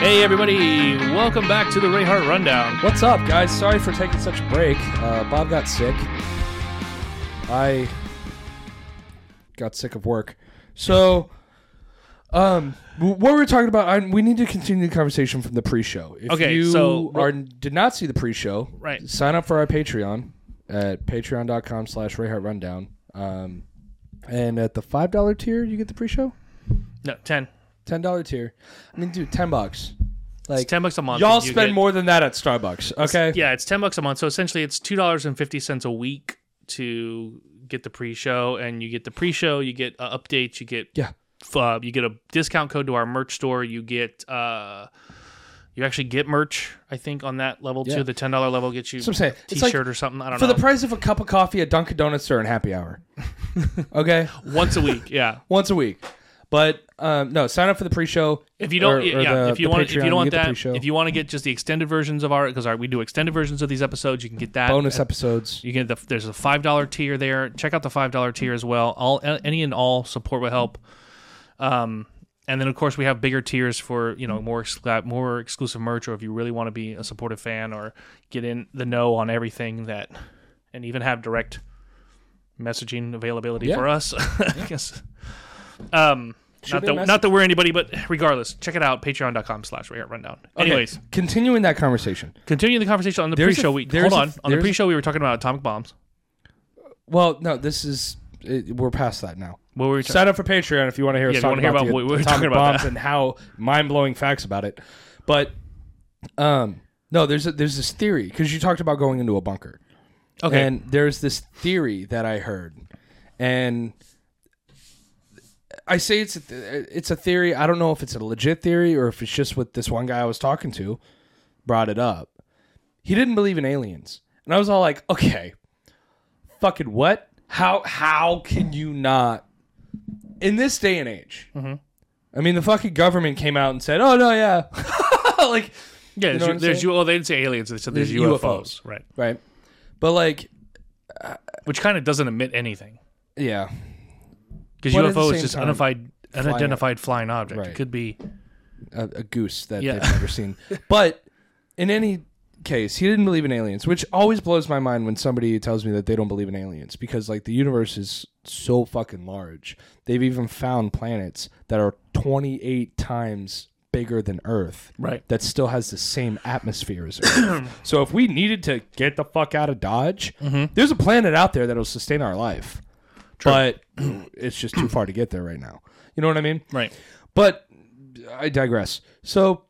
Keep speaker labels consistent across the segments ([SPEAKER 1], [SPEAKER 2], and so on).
[SPEAKER 1] Hey, everybody, welcome back to the Ray Hart Rundown.
[SPEAKER 2] What's up, guys? Sorry for taking such a break. Uh, Bob got sick. I got sick of work. So, um, w- what we were talking about, I, we need to continue the conversation from the pre-show. If
[SPEAKER 1] Okay,
[SPEAKER 2] you
[SPEAKER 1] so-
[SPEAKER 2] are, did not see the pre-show,
[SPEAKER 1] Right.
[SPEAKER 2] Sign up for our Patreon at patreon.com/slash Ray Hart Rundown. Um, and at the five dollar tier, you get the pre-show.
[SPEAKER 1] No, 10.
[SPEAKER 2] Ten dollar tier. I mean, dude, ten bucks. Like
[SPEAKER 1] It's 10 bucks a month.
[SPEAKER 2] Y'all
[SPEAKER 1] and you
[SPEAKER 2] spend
[SPEAKER 1] get-
[SPEAKER 2] more than that at Starbucks, okay?
[SPEAKER 1] Yeah, it's 10 bucks a month. So essentially, it's $2.50 a week to get the pre show. And you get the pre show, you get uh, updates, you get.
[SPEAKER 2] Yeah.
[SPEAKER 1] f- Uh, you get a discount code to our merch store. You get. Uh, you actually get merch, I think, on that level
[SPEAKER 2] Yeah.
[SPEAKER 1] too. The ten dollar level gets you
[SPEAKER 2] That's what I'm saying.
[SPEAKER 1] a
[SPEAKER 2] It's
[SPEAKER 1] t-shirt
[SPEAKER 2] like-
[SPEAKER 1] or something. I don't
[SPEAKER 2] for
[SPEAKER 1] know.
[SPEAKER 2] the price of a cup of coffee at Dunkin' Donuts during happy hour. okay,
[SPEAKER 1] Once a week, yeah.
[SPEAKER 2] once a week. But um, no, sign up for the pre-show.
[SPEAKER 1] If you don't,
[SPEAKER 2] or-
[SPEAKER 1] yeah,
[SPEAKER 2] or
[SPEAKER 1] yeah,
[SPEAKER 2] the-
[SPEAKER 1] if you
[SPEAKER 2] the
[SPEAKER 1] want, if you
[SPEAKER 2] Patreon,
[SPEAKER 1] don't want
[SPEAKER 2] get the
[SPEAKER 1] that,
[SPEAKER 2] pre-show.
[SPEAKER 1] if you want to get just the extended versions of our, because we do extended versions of these episodes, you can get that
[SPEAKER 2] bonus episodes.
[SPEAKER 1] You get the there's a five dollar tier there. Check out the five dollar tier as well. All any and all support will help. Um, and then of course we have bigger tiers for you know more excla- more exclusive merch, or if you really want to be a supportive fan or get in the know on everything that, and even have direct messaging availability
[SPEAKER 2] Yeah.
[SPEAKER 1] for us. I guess. Um,
[SPEAKER 2] Shoot
[SPEAKER 1] not
[SPEAKER 2] me a
[SPEAKER 1] that,
[SPEAKER 2] message.
[SPEAKER 1] not that we're anybody, but regardless, check it out. Patreon.com slash Ray Art Rundown.
[SPEAKER 2] Okay,
[SPEAKER 1] Anyways,
[SPEAKER 2] continuing that conversation.
[SPEAKER 1] continue the conversation on the
[SPEAKER 2] There's a-
[SPEAKER 1] pre-show. we hold
[SPEAKER 2] there's a-
[SPEAKER 1] on on the
[SPEAKER 2] there's a-
[SPEAKER 1] pre-show. We were talking about atomic bombs.
[SPEAKER 2] Well, no, this is it, we're past that now.
[SPEAKER 1] What were we talking?
[SPEAKER 2] Sign up for Patreon if you want to hear
[SPEAKER 1] Yeah, if
[SPEAKER 2] us
[SPEAKER 1] you
[SPEAKER 2] talk
[SPEAKER 1] wanna hear
[SPEAKER 2] about,
[SPEAKER 1] about
[SPEAKER 2] the
[SPEAKER 1] what we were
[SPEAKER 2] atomic
[SPEAKER 1] talking about
[SPEAKER 2] bombs and how mind-blowing facts about it. But um, no, there's a, there's this theory because you talked about going into a bunker.
[SPEAKER 1] Okay.
[SPEAKER 2] And there's this theory that I heard, and I say it's a th- it's a theory. I don't know if it's a legit theory or if it's just what this one guy I was talking to brought it up. He didn't believe in aliens, and I was all like, "Okay, fucking what? How how can you not?" In this day and age, I mean, the fucking government came out and said, "Oh no, yeah," like
[SPEAKER 1] Yeah,
[SPEAKER 2] know
[SPEAKER 1] there's,
[SPEAKER 2] what
[SPEAKER 1] you-
[SPEAKER 2] I'm
[SPEAKER 1] there's
[SPEAKER 2] saying?
[SPEAKER 1] you. Oh, they didn't say aliens. They said there's,
[SPEAKER 2] There's
[SPEAKER 1] UFOs,
[SPEAKER 2] UFOs.
[SPEAKER 1] right?
[SPEAKER 2] right, but like
[SPEAKER 1] Which kind of doesn't emit anything
[SPEAKER 2] yeah,
[SPEAKER 1] because
[SPEAKER 2] But at the
[SPEAKER 1] UFO is
[SPEAKER 2] same
[SPEAKER 1] just
[SPEAKER 2] time,
[SPEAKER 1] unidentified, unidentified flying object. It
[SPEAKER 2] Right.
[SPEAKER 1] could be
[SPEAKER 2] a, a goose that
[SPEAKER 1] Yeah.
[SPEAKER 2] they've never seen. But in any case, he didn't believe in aliens, which always blows my mind when somebody tells me that they don't believe in aliens because like the universe is so fucking large. They've even found planets that are 28 times bigger than Earth
[SPEAKER 1] right.
[SPEAKER 2] that still has the same atmosphere as Earth. so if we needed to get the fuck out of Dodge,
[SPEAKER 1] Mm-hmm.
[SPEAKER 2] there's a planet out there that'll sustain our life. But it's just too far to get there right now. You know what I mean?
[SPEAKER 1] Right.
[SPEAKER 2] But I digress. So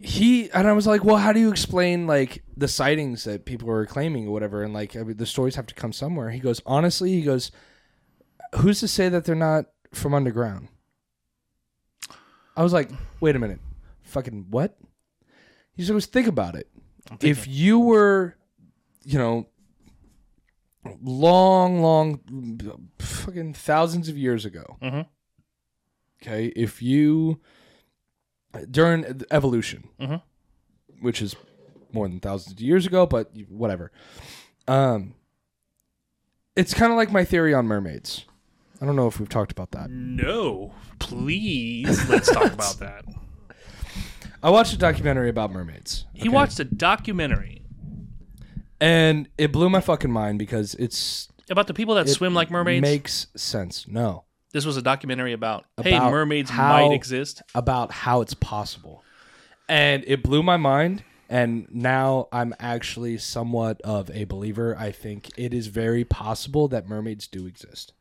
[SPEAKER 2] he and I was like, well, how do you explain like the sightings that people are claiming or whatever? And like I mean, the stories have to come somewhere. He goes, honestly, he goes, who's to say that they're not from underground? I was like, wait a minute, fucking what? He said, think about it. If you were, you know, long, long, fucking thousands of years ago,
[SPEAKER 1] Mhm.
[SPEAKER 2] okay, if you, during evolution,
[SPEAKER 1] Mhm.
[SPEAKER 2] which is more than thousands of years ago, but you- whatever, um, it's kind of like my theory on mermaids. I don't know if we've talked about that.
[SPEAKER 1] No, please let's talk about that.
[SPEAKER 2] I watched a documentary about mermaids.
[SPEAKER 1] He
[SPEAKER 2] okay?
[SPEAKER 1] watched a documentary
[SPEAKER 2] and it blew my fucking mind because it's
[SPEAKER 1] about the people that
[SPEAKER 2] it
[SPEAKER 1] swim like mermaids.
[SPEAKER 2] Makes sense. No,
[SPEAKER 1] this was a documentary about, hey,
[SPEAKER 2] About
[SPEAKER 1] mermaids
[SPEAKER 2] how-
[SPEAKER 1] might exist.
[SPEAKER 2] about how it's possible, and it blew my mind. And now I'm actually somewhat of a believer. I think it is very possible that mermaids do exist.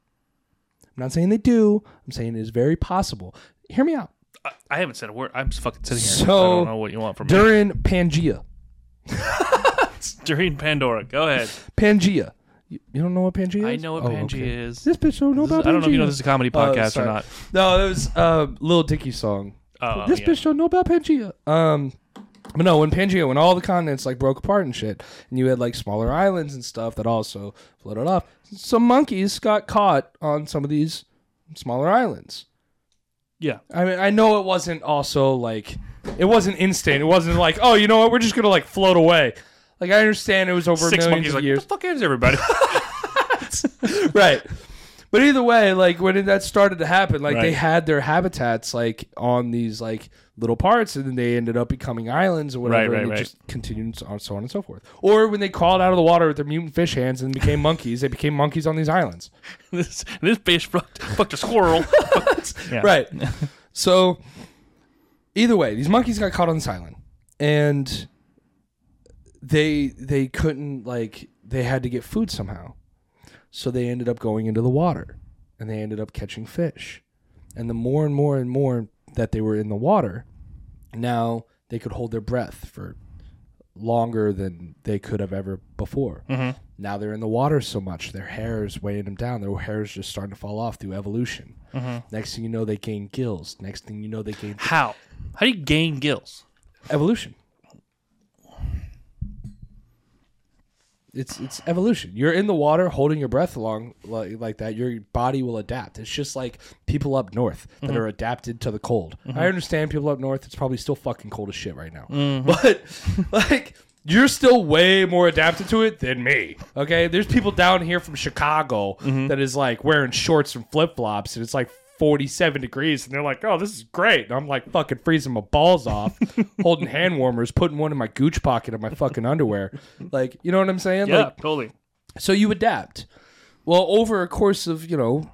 [SPEAKER 2] I'm not saying they do. I'm saying it is very possible. Hear me out.
[SPEAKER 1] I, I haven't said a word. I'm just fucking sitting here.
[SPEAKER 2] So,
[SPEAKER 1] I don't know what you want from me.
[SPEAKER 2] During Pangea,
[SPEAKER 1] During Pandora, go ahead.
[SPEAKER 2] Pangea. You, you don't know what Pangea is?
[SPEAKER 1] I know what
[SPEAKER 2] Oh,
[SPEAKER 1] Pangea
[SPEAKER 2] okay.
[SPEAKER 1] is.
[SPEAKER 2] This bitch don't know
[SPEAKER 1] I
[SPEAKER 2] about
[SPEAKER 1] don't know if you know
[SPEAKER 2] Pangea.
[SPEAKER 1] this is a comedy
[SPEAKER 2] Oh,
[SPEAKER 1] podcast or
[SPEAKER 2] sorry.
[SPEAKER 1] not.
[SPEAKER 2] No, that was uh, Lil Dicky song.
[SPEAKER 1] Oh,
[SPEAKER 2] this
[SPEAKER 1] yeah.
[SPEAKER 2] bitch don't know about Pangea. Um, but no, when Pangea, when all the continents like broke apart and shit, and you had like smaller islands and stuff that also floated off, some monkeys got caught on some of these smaller islands.
[SPEAKER 1] Yeah.
[SPEAKER 2] I mean, I know it wasn't also like it wasn't instant. It wasn't like, oh, you know what, we're just gonna like float away. Like I understand it was over
[SPEAKER 1] Six
[SPEAKER 2] millions
[SPEAKER 1] monkeys
[SPEAKER 2] of
[SPEAKER 1] like, what
[SPEAKER 2] years,
[SPEAKER 1] the fuck is everybody?
[SPEAKER 2] right? But either way, like when that started to happen, like they
[SPEAKER 3] Right.
[SPEAKER 2] had their habitats like on these like little parts, and then they ended up becoming islands or whatever.
[SPEAKER 3] Right, right,
[SPEAKER 2] and it
[SPEAKER 3] right.
[SPEAKER 2] just continued on so on and so forth. Or when they crawled out of the water with their mutant fish hands and became monkeys, they became monkeys on these islands.
[SPEAKER 1] this this bitch fucked, fucked a squirrel. Yeah.
[SPEAKER 2] Right. so either way, these monkeys got caught on this island, and they they couldn't like they had to get food somehow. So they ended up going into the water and they ended up catching fish. And the more and more and more that they were in the water, now they could hold their breath for longer than they could have ever before. Now they're in the water so much, their hair is weighing them down. Their hair is just starting to fall off through evolution. Next thing you know, they gain gills. Next thing you know, they gain
[SPEAKER 1] How? How do you gain gills?
[SPEAKER 2] evolution. It's it's evolution. You're in the water, holding your breath along like, like that. Your body will adapt. It's just like people up north that are adapted to the cold. I understand people up north. It's probably still fucking cold as shit right now, but like. You're still way more adapted to it than me. Okay, there's people down here from Chicago that is like wearing shorts and flip flops, and it's like 47 degrees, and they're like, "Oh, this is great." And I'm like fucking freezing my balls off, holding hand warmers, putting one in my gooch pocket of my fucking underwear. Like, you know what I'm saying? Like,
[SPEAKER 1] totally.
[SPEAKER 2] so you adapt. Well, over a course of, you know,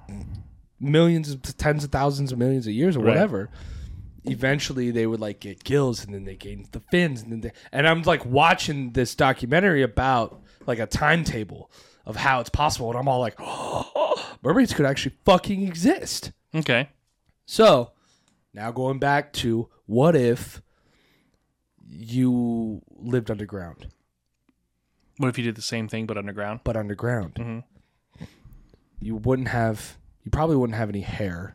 [SPEAKER 2] millions of tens of thousands of millions of years or whatever, eventually they would like get gills and then they gained the fins and then they, and I'm like watching this documentary about like a timetable of how it's possible and I'm all like, oh, mermaids could actually fucking exist.
[SPEAKER 1] Okay.
[SPEAKER 2] So now going back to what if you lived underground?
[SPEAKER 1] What if you did the same thing but underground?
[SPEAKER 2] but underground.
[SPEAKER 1] Mm-hmm.
[SPEAKER 2] You wouldn't have, you probably wouldn't have any hair.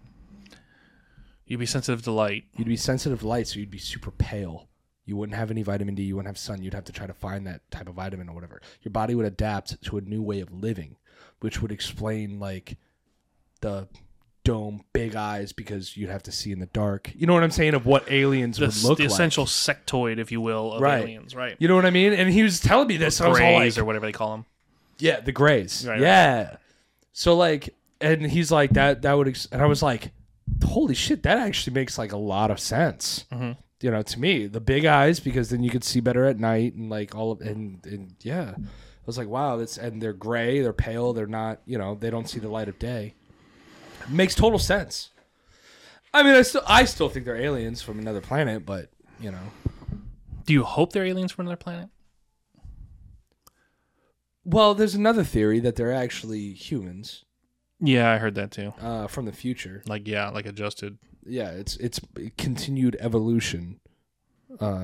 [SPEAKER 1] You'd be sensitive to light.
[SPEAKER 2] You'd be sensitive to light, so you'd be super pale. You wouldn't have any vitamin D. You wouldn't have sun. You'd have to try to find that type of vitamin or whatever. Your body would adapt to a new way of living, which would explain like the dome, big eyes, because you'd have to see in the dark. You know what I'm saying? Of what aliens
[SPEAKER 1] The,
[SPEAKER 2] would look
[SPEAKER 1] the
[SPEAKER 2] like.
[SPEAKER 1] essential sectoid, if you will, of
[SPEAKER 2] Right.
[SPEAKER 1] aliens. Right.
[SPEAKER 2] You know what I mean? And he was telling me this. I was all like,
[SPEAKER 1] Grays or whatever they call them.
[SPEAKER 2] Yeah, the Grays.
[SPEAKER 1] Right, right.
[SPEAKER 2] yeah. So like, and he's like that. That would, ex-, and I was like, holy shit, that actually makes like a lot of sense.
[SPEAKER 1] Mm-hmm.
[SPEAKER 2] You know, to me, the big eyes because then you could see better at night and like all of and and yeah, I was like, wow, that's and they're gray, they're pale, they're not, you know, they don't see the light of day. makes total sense. I mean, I still I still think they're aliens from another planet, but you know,
[SPEAKER 1] Do you hope they're aliens from another planet?
[SPEAKER 2] well, there's another theory that they're actually humans
[SPEAKER 1] Yeah, I heard that too.
[SPEAKER 2] uh, from the future.
[SPEAKER 1] Like, yeah, like adjusted,
[SPEAKER 2] yeah, it's it's continued evolution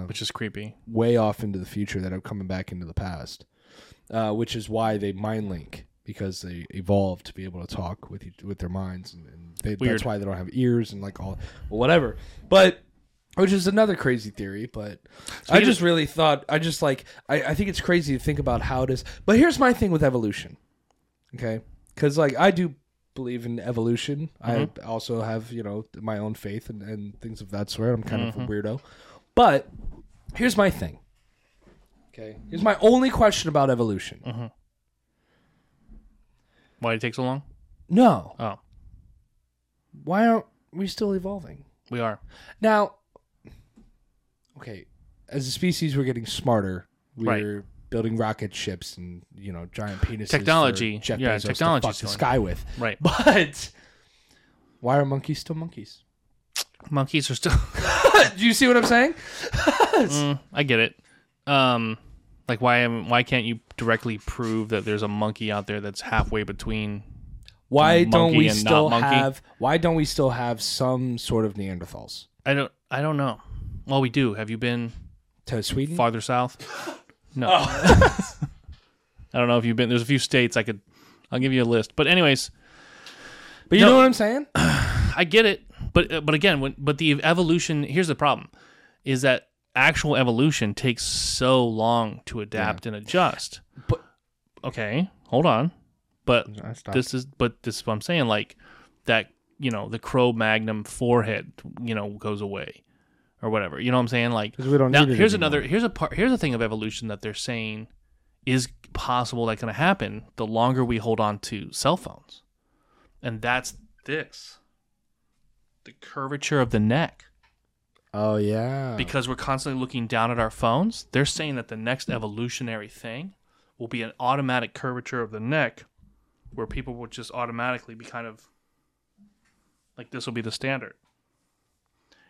[SPEAKER 1] which is creepy.
[SPEAKER 2] way off into the future that are coming back into the past, uh, which is why they mind link because they evolved to be able to talk with each, with their minds, and, and they,
[SPEAKER 1] Weird.
[SPEAKER 2] that's why they don't have ears and like all well, whatever. But which is another crazy theory, but I
[SPEAKER 1] of-
[SPEAKER 2] just really thought I just like I, I think it's crazy to think about how it is. But here's my thing with evolution, okay? Because like I do believe in evolution. I also have you know my own faith and, and things of that sort. I'm kind of a weirdo, but here's my thing. Okay, here's my only question about evolution.
[SPEAKER 1] Why did it take so long?
[SPEAKER 2] No,
[SPEAKER 1] Oh,
[SPEAKER 2] why aren't we still evolving?
[SPEAKER 1] we are.
[SPEAKER 2] Now, okay, as a species, we're getting smarter. We're building rocket ships and you know giant penises. for
[SPEAKER 1] Technology.
[SPEAKER 2] Jeff
[SPEAKER 1] Yeah,
[SPEAKER 2] Bezos to
[SPEAKER 1] technology's
[SPEAKER 2] fuck the
[SPEAKER 1] doing it.
[SPEAKER 2] sky with.
[SPEAKER 1] Right.
[SPEAKER 2] But why are monkeys still monkeys?
[SPEAKER 1] Monkeys are still.
[SPEAKER 2] Do you see what I'm saying?
[SPEAKER 1] Mm, I get it. Um, like why am why can't you directly prove that there's a monkey out there that's halfway between?
[SPEAKER 2] Why don't
[SPEAKER 1] Monkey
[SPEAKER 2] we
[SPEAKER 1] and not
[SPEAKER 2] still
[SPEAKER 1] monkey?
[SPEAKER 2] have? Why don't we still have some sort of Neanderthals?
[SPEAKER 1] I don't. I don't know. Well, we do. Have you been
[SPEAKER 2] To Sweden,
[SPEAKER 1] farther south? No.
[SPEAKER 2] Oh.
[SPEAKER 1] I don't know if you've been. There's a few states I could. I'll give you a list. But anyways,
[SPEAKER 2] but you
[SPEAKER 1] No.
[SPEAKER 2] know what I'm saying?
[SPEAKER 1] I get it, but but again, when but the evolution here's the problem, is that actual evolution takes so long to adapt and adjust.
[SPEAKER 2] But-
[SPEAKER 1] okay, hold on, but
[SPEAKER 2] I stopped.
[SPEAKER 1] this is but this is what I'm saying. Like that, you know, the Cro-Magnum forehead, you know, goes away or whatever. You know what I'm saying? Like
[SPEAKER 2] 'Cause we don't
[SPEAKER 1] now
[SPEAKER 2] need it
[SPEAKER 1] here's
[SPEAKER 2] anymore.
[SPEAKER 1] another here's a part here's a thing of evolution that they're saying is possible that can happen the longer we hold on to cell phones and that's this the curvature of the neck.
[SPEAKER 3] Oh yeah.
[SPEAKER 1] Because we're constantly looking down at our phones, they're saying that the next evolutionary thing will be an automatic curvature of the neck where people will just automatically be kind of like this will be the standard.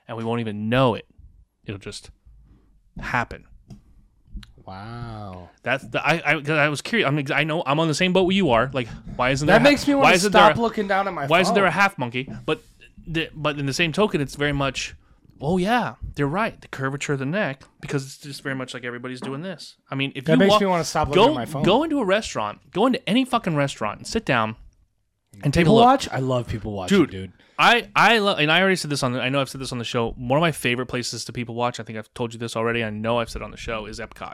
[SPEAKER 1] And we won't even know it. It'll just happen.
[SPEAKER 3] wow.
[SPEAKER 1] That's the I I, 'cause I was curious. I'm ex- I know I'm on the same boat where you are. Like why isn't
[SPEAKER 2] That
[SPEAKER 1] there ha-
[SPEAKER 2] makes me
[SPEAKER 1] why
[SPEAKER 2] want to
[SPEAKER 1] isn't there a-
[SPEAKER 2] stop looking down at my
[SPEAKER 1] why
[SPEAKER 2] phone.
[SPEAKER 1] isn't there a half monkey? But the, but in the same token, it's very much, oh yeah, they're right. The curvature of the neck because it's just very much like everybody's doing this. I mean, if
[SPEAKER 2] That
[SPEAKER 1] you
[SPEAKER 2] makes
[SPEAKER 1] walk-
[SPEAKER 2] me wanna stop looking
[SPEAKER 1] go,
[SPEAKER 2] at my phone.
[SPEAKER 1] Go into a restaurant. Go into any fucking restaurant and sit down and take
[SPEAKER 2] people
[SPEAKER 1] a look.
[SPEAKER 2] watch? I love people watching, dude.
[SPEAKER 1] Dude. I I love, and I already said this on. The, I know I've said this on the show. One of my favorite places to people watch. I think I've told you this already. I know I've said on the show is Epcot.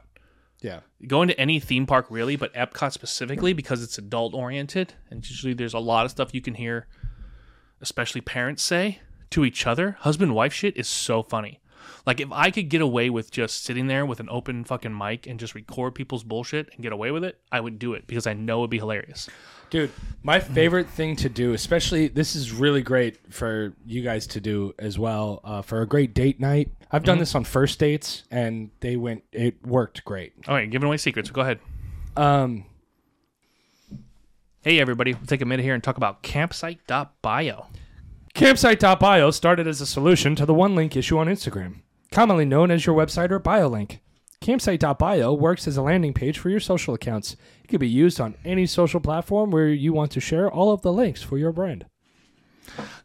[SPEAKER 3] Yeah.
[SPEAKER 1] Go into any theme park really, but Epcot specifically because it's adult oriented, and usually there's a lot of stuff you can hear, especially parents say to each other. Husband wife shit is so funny. Like if I could get away with just sitting there with an open fucking mic and just record people's bullshit and get away with it, I would do it because I know it'd be hilarious.
[SPEAKER 2] Dude,
[SPEAKER 3] My
[SPEAKER 2] Mm-hmm.
[SPEAKER 3] favorite thing to do, especially this is really great for you guys to do as well uh, for a great date night. I've
[SPEAKER 2] Mm-hmm.
[SPEAKER 3] done this on first dates, and they went. It worked great.
[SPEAKER 1] All right, giving away secrets. Go ahead.
[SPEAKER 3] Um,
[SPEAKER 1] Hey everybody, we'll take a minute here and talk about campsite.bio.
[SPEAKER 3] campsite.bio
[SPEAKER 2] started as a solution to the one link issue on Instagram, commonly known as your website or bio link. Campsite.bio works as a landing page for your social accounts. It can be used on any social platform where you want to share all of the links for your brand.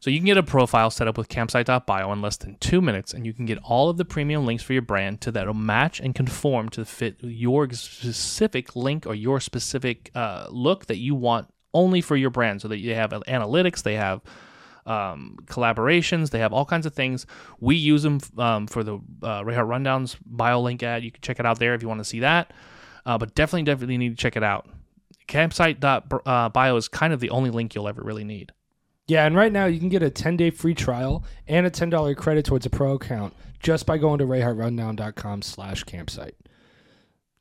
[SPEAKER 1] So you can get a profile set up with campsite.bio in less than two minutes, and you can get all of the premium links for your brand to that'll match and conform to fit your specific link or your specific uh, look that you want only for your brand. So that you have analytics, they have um, collaborations, they have all kinds of things. We use them um, for the uh, Ray Hart Rundowns bio link ad. You can check it out there if you want to see that. Uh, but definitely, definitely need to check it out. Campsite.bio is kind of the only link you'll ever really need.
[SPEAKER 2] Yeah, and right now you can get a 10 day free trial and a $10 credit towards a pro account just by going to rayhartrundown.com slash campsite.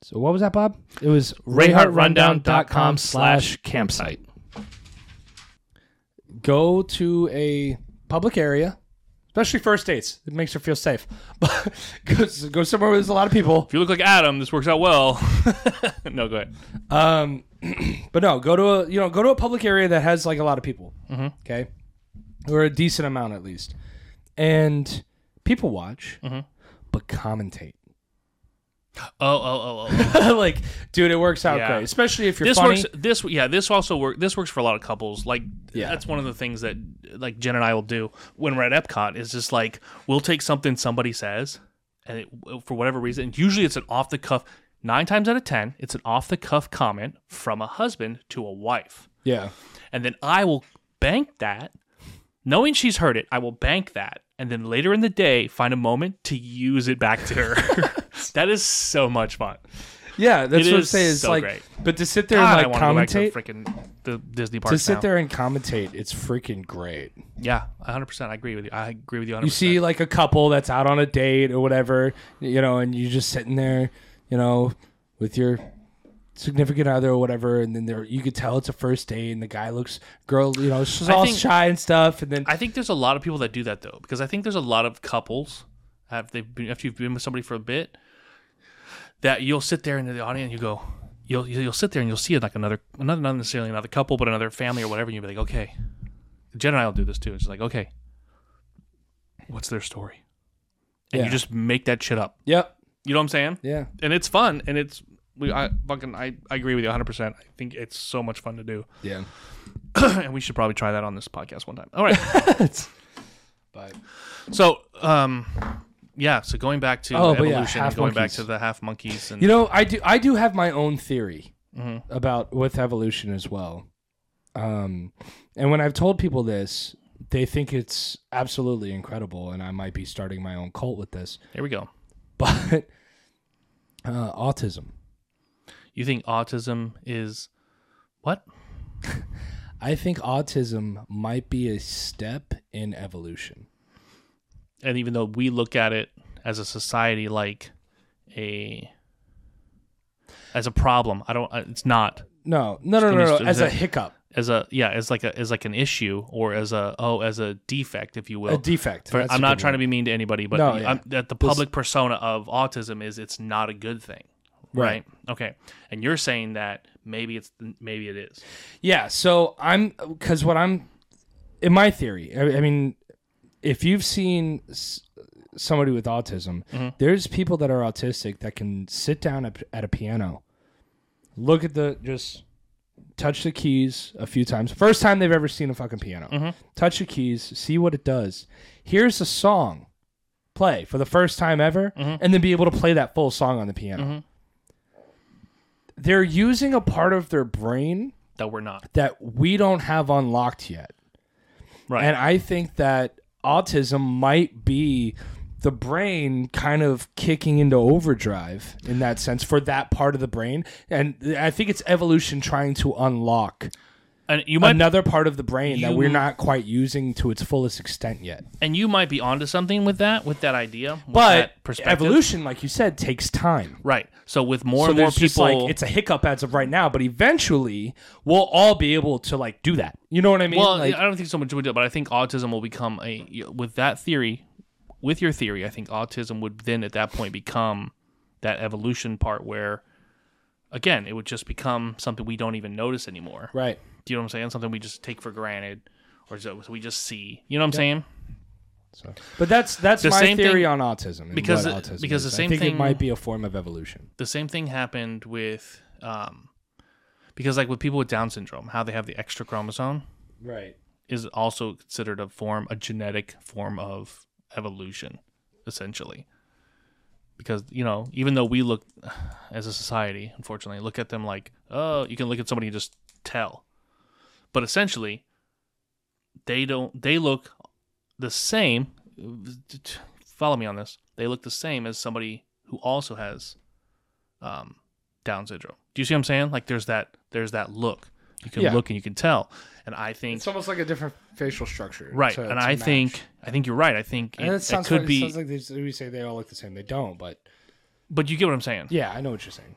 [SPEAKER 2] So what was that, Bob? It was
[SPEAKER 1] rayhartrundown.com slash campsite.
[SPEAKER 2] Go to a public area, especially first dates. It makes her feel safe. But go, go somewhere where there's a lot of people.
[SPEAKER 1] If you look like Adam, this works out well. no, go ahead.
[SPEAKER 2] Um, but no, go to a you know go to a public area that has like a lot of people.
[SPEAKER 1] Mm-hmm.
[SPEAKER 2] Okay, or a decent amount at least, and people watch,
[SPEAKER 1] Mm-hmm.
[SPEAKER 2] but commentate.
[SPEAKER 1] Oh, oh, oh, oh.
[SPEAKER 2] like, dude, it works out
[SPEAKER 1] Yeah.
[SPEAKER 2] great, especially if you're
[SPEAKER 1] this
[SPEAKER 2] funny.
[SPEAKER 1] works. This yeah. This also work. This works for a lot of couples. Like
[SPEAKER 2] Yeah.
[SPEAKER 1] that's one of the things that like Jen and I will do when we're at Epcot is just like we'll take something somebody says, and it, for whatever reason, and usually it's an off the cuff. Nine times out of ten, it's an off the cuff comment from a husband to a wife.
[SPEAKER 2] Yeah,
[SPEAKER 1] and then I will bank that, knowing she's heard it. I will bank that, and then later in the day, find a moment to use it back to her. that is so much fun.
[SPEAKER 2] yeah, that's
[SPEAKER 1] It
[SPEAKER 2] what I'm
[SPEAKER 1] is
[SPEAKER 2] saying. It's
[SPEAKER 1] so
[SPEAKER 2] like,
[SPEAKER 1] great.
[SPEAKER 2] but to sit there
[SPEAKER 1] God, I
[SPEAKER 2] and like
[SPEAKER 1] want to go back to
[SPEAKER 2] commentate,
[SPEAKER 1] the freaking the Disney park.
[SPEAKER 2] to sit there and commentate, it's freaking great.
[SPEAKER 1] yeah, 100. percent I agree with you. I agree with you. 100%.
[SPEAKER 2] You see like a couple that's out on a date or whatever, you know, and you're just sitting there, you know, with your significant other or whatever, and then there you could tell it's a first date, and the guy looks, girl, you know, she's
[SPEAKER 1] I
[SPEAKER 2] all
[SPEAKER 1] think-
[SPEAKER 2] shy and stuff, and then
[SPEAKER 1] I think there's a lot of people that do that though, because I think there's a lot of couples after they've been after you've been with somebody for a bit that you'll sit there in the audience, you go, you'll you'll sit there and you'll see like another another not necessarily another couple, but another family or whatever, and you'll be like, okay, Jen and I will do this too. It's just like, okay, what's their story? And
[SPEAKER 2] Yeah.
[SPEAKER 1] you just make that shit up.
[SPEAKER 2] yep,
[SPEAKER 1] You know what I'm saying?
[SPEAKER 2] yeah,
[SPEAKER 1] And it's fun, and it's we I fucking I, I agree with you 100. percent I think it's so much fun to do,
[SPEAKER 2] yeah,
[SPEAKER 1] and we should probably try that on this podcast one time. All right.
[SPEAKER 2] but
[SPEAKER 1] So, um, yeah. So going back to
[SPEAKER 2] Oh, but yeah,
[SPEAKER 1] evolution,
[SPEAKER 2] half
[SPEAKER 1] going back
[SPEAKER 2] monkeys.
[SPEAKER 1] to the half monkeys, and
[SPEAKER 2] you know, I do, I do have my own theory
[SPEAKER 1] Mm-hmm.
[SPEAKER 2] about with evolution as well, um, and when I've told people this. They think it's absolutely incredible, and I might be starting my own cult with this.
[SPEAKER 1] here we go.
[SPEAKER 2] But uh, autism.
[SPEAKER 1] You think autism is what?
[SPEAKER 2] I think autism might be a step in evolution.
[SPEAKER 1] And even though we look at it as a society like a as a problem, I don't. uh, It's not
[SPEAKER 2] No, no, no, no,
[SPEAKER 1] Excuse
[SPEAKER 2] no,
[SPEAKER 1] me,
[SPEAKER 2] as a
[SPEAKER 1] is it-
[SPEAKER 2] hiccup.
[SPEAKER 1] as a yeah as like a as like an issue or as a oh as a defect if you will
[SPEAKER 2] a defect.
[SPEAKER 1] Oh, For-
[SPEAKER 2] That's
[SPEAKER 1] I'm
[SPEAKER 2] a
[SPEAKER 1] not
[SPEAKER 2] good
[SPEAKER 1] trying to
[SPEAKER 2] word.
[SPEAKER 1] be mean to anybody, but
[SPEAKER 2] No,
[SPEAKER 1] the-
[SPEAKER 2] yeah.
[SPEAKER 1] I'm- that the public persona of autism is it's not a good thing, right. Okay, and you're saying that maybe it's maybe it is.
[SPEAKER 2] Yeah. So I'm because what I'm in my theory. I, I mean, if you've seen s- somebody with autism, there's people that are autistic that can sit down at, at a piano, look at the just touch the keys a few times. First time they've ever seen a fucking piano. Touch the keys, see what it does. Here's a song. Play for the first time ever, and then be able to play that full song on the piano. They're using a part of their brain
[SPEAKER 1] That we're not
[SPEAKER 2] that we don't have unlocked yet.
[SPEAKER 1] right.
[SPEAKER 2] And I think that autism might be the brain kind of kicking into overdrive in that sense for that part of the brain. And I think it's evolution trying to unlock
[SPEAKER 1] and you might
[SPEAKER 2] another part of the brain that
[SPEAKER 1] You-
[SPEAKER 2] we're not quite using to its fullest extent yet.
[SPEAKER 1] and you might be onto something with that with that idea, with
[SPEAKER 2] But
[SPEAKER 1] that perspective.
[SPEAKER 2] evolution, like you said, takes time.
[SPEAKER 1] right? So with more
[SPEAKER 2] So
[SPEAKER 1] and more
[SPEAKER 2] there's
[SPEAKER 1] people,
[SPEAKER 2] just like it's a hiccup as of right now, but eventually we'll all be able to like do that. You know what I mean?
[SPEAKER 1] well,
[SPEAKER 2] Like-
[SPEAKER 1] I don't think so much would do it, but I think autism will become a with that theory, with your theory, I think autism would then at that point become that evolution part where, again, it would just become something we don't even notice anymore.
[SPEAKER 2] right.
[SPEAKER 1] Do you know what I'm saying? Something we just take for granted, or so we just see. You know what I'm saying?
[SPEAKER 2] So, but that's that's
[SPEAKER 1] The
[SPEAKER 2] my
[SPEAKER 1] same
[SPEAKER 2] theory
[SPEAKER 1] thing-
[SPEAKER 2] on autism. and
[SPEAKER 1] because
[SPEAKER 2] what
[SPEAKER 1] it-
[SPEAKER 2] autism
[SPEAKER 1] because
[SPEAKER 2] is.
[SPEAKER 1] the same
[SPEAKER 2] I think
[SPEAKER 1] thing-
[SPEAKER 2] it might be a form of evolution.
[SPEAKER 1] The same thing happened with, um, because like with people with Down syndrome, how they have the extra chromosome
[SPEAKER 2] Right.
[SPEAKER 1] is also considered a form, a genetic form of evolution, essentially. Because you know, even though we look as a society, unfortunately, look at them like, oh, you can look at somebody and just tell, but essentially, they don't. They look the same. Follow me on this. They look the same as somebody who also has um, Down syndrome. Do you see what I'm saying? Like, there's that. There's that look. You can
[SPEAKER 2] Yeah.
[SPEAKER 1] look and you can tell. And I think
[SPEAKER 4] It's almost like a different facial structure.
[SPEAKER 1] right
[SPEAKER 4] to-
[SPEAKER 1] and
[SPEAKER 4] to
[SPEAKER 1] i
[SPEAKER 4] match.
[SPEAKER 1] think i think you're right i think it,
[SPEAKER 2] And
[SPEAKER 1] it
[SPEAKER 2] it sounds
[SPEAKER 1] could
[SPEAKER 2] like,
[SPEAKER 1] be
[SPEAKER 2] It sounds like they, we say they all look the same. They don't, but
[SPEAKER 1] but you get what i'm saying
[SPEAKER 2] yeah, I know what you're saying.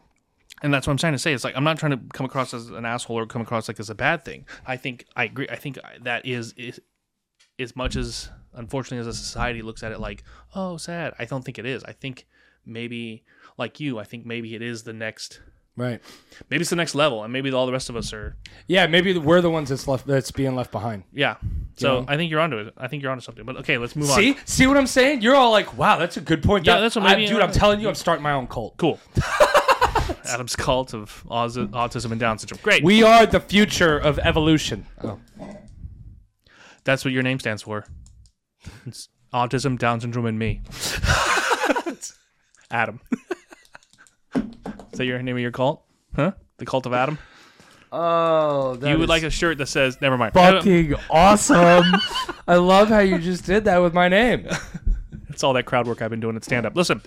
[SPEAKER 1] and that's what i'm trying to say it's like i'm not trying to come across as an asshole or come across like as a bad thing i think i agree i think I- that is, is as much as unfortunately as a society looks at it like oh sad i don't think it is i think maybe like you i think maybe it is the next
[SPEAKER 2] Right.
[SPEAKER 1] maybe it's the next level and maybe all the rest of us are
[SPEAKER 2] Yeah, maybe we're the ones that's left that's being left behind.
[SPEAKER 1] yeah so i think you're onto it i think you're onto something but okay let's move on
[SPEAKER 2] See, see what I'm saying? You're all like, "Wow, that's a good point."
[SPEAKER 1] Yeah,
[SPEAKER 2] That-
[SPEAKER 1] that's what
[SPEAKER 2] I-
[SPEAKER 1] maybe-
[SPEAKER 2] dude. I'm telling you, I'm starting my own cult.
[SPEAKER 1] cool adam's cult of Aus- autism and down syndrome great
[SPEAKER 2] We are the future of evolution. Oh,
[SPEAKER 1] That's what your name stands for. It's autism, Down syndrome, and me. Adam. Is that your name of your cult? Huh? The cult of Adam?
[SPEAKER 4] Oh, that
[SPEAKER 1] you would
[SPEAKER 4] is
[SPEAKER 1] like a shirt that says, never mind.
[SPEAKER 4] fucking awesome. I love how you just did that with my name.
[SPEAKER 1] It's all that crowd work I've been doing at stand up. Listen.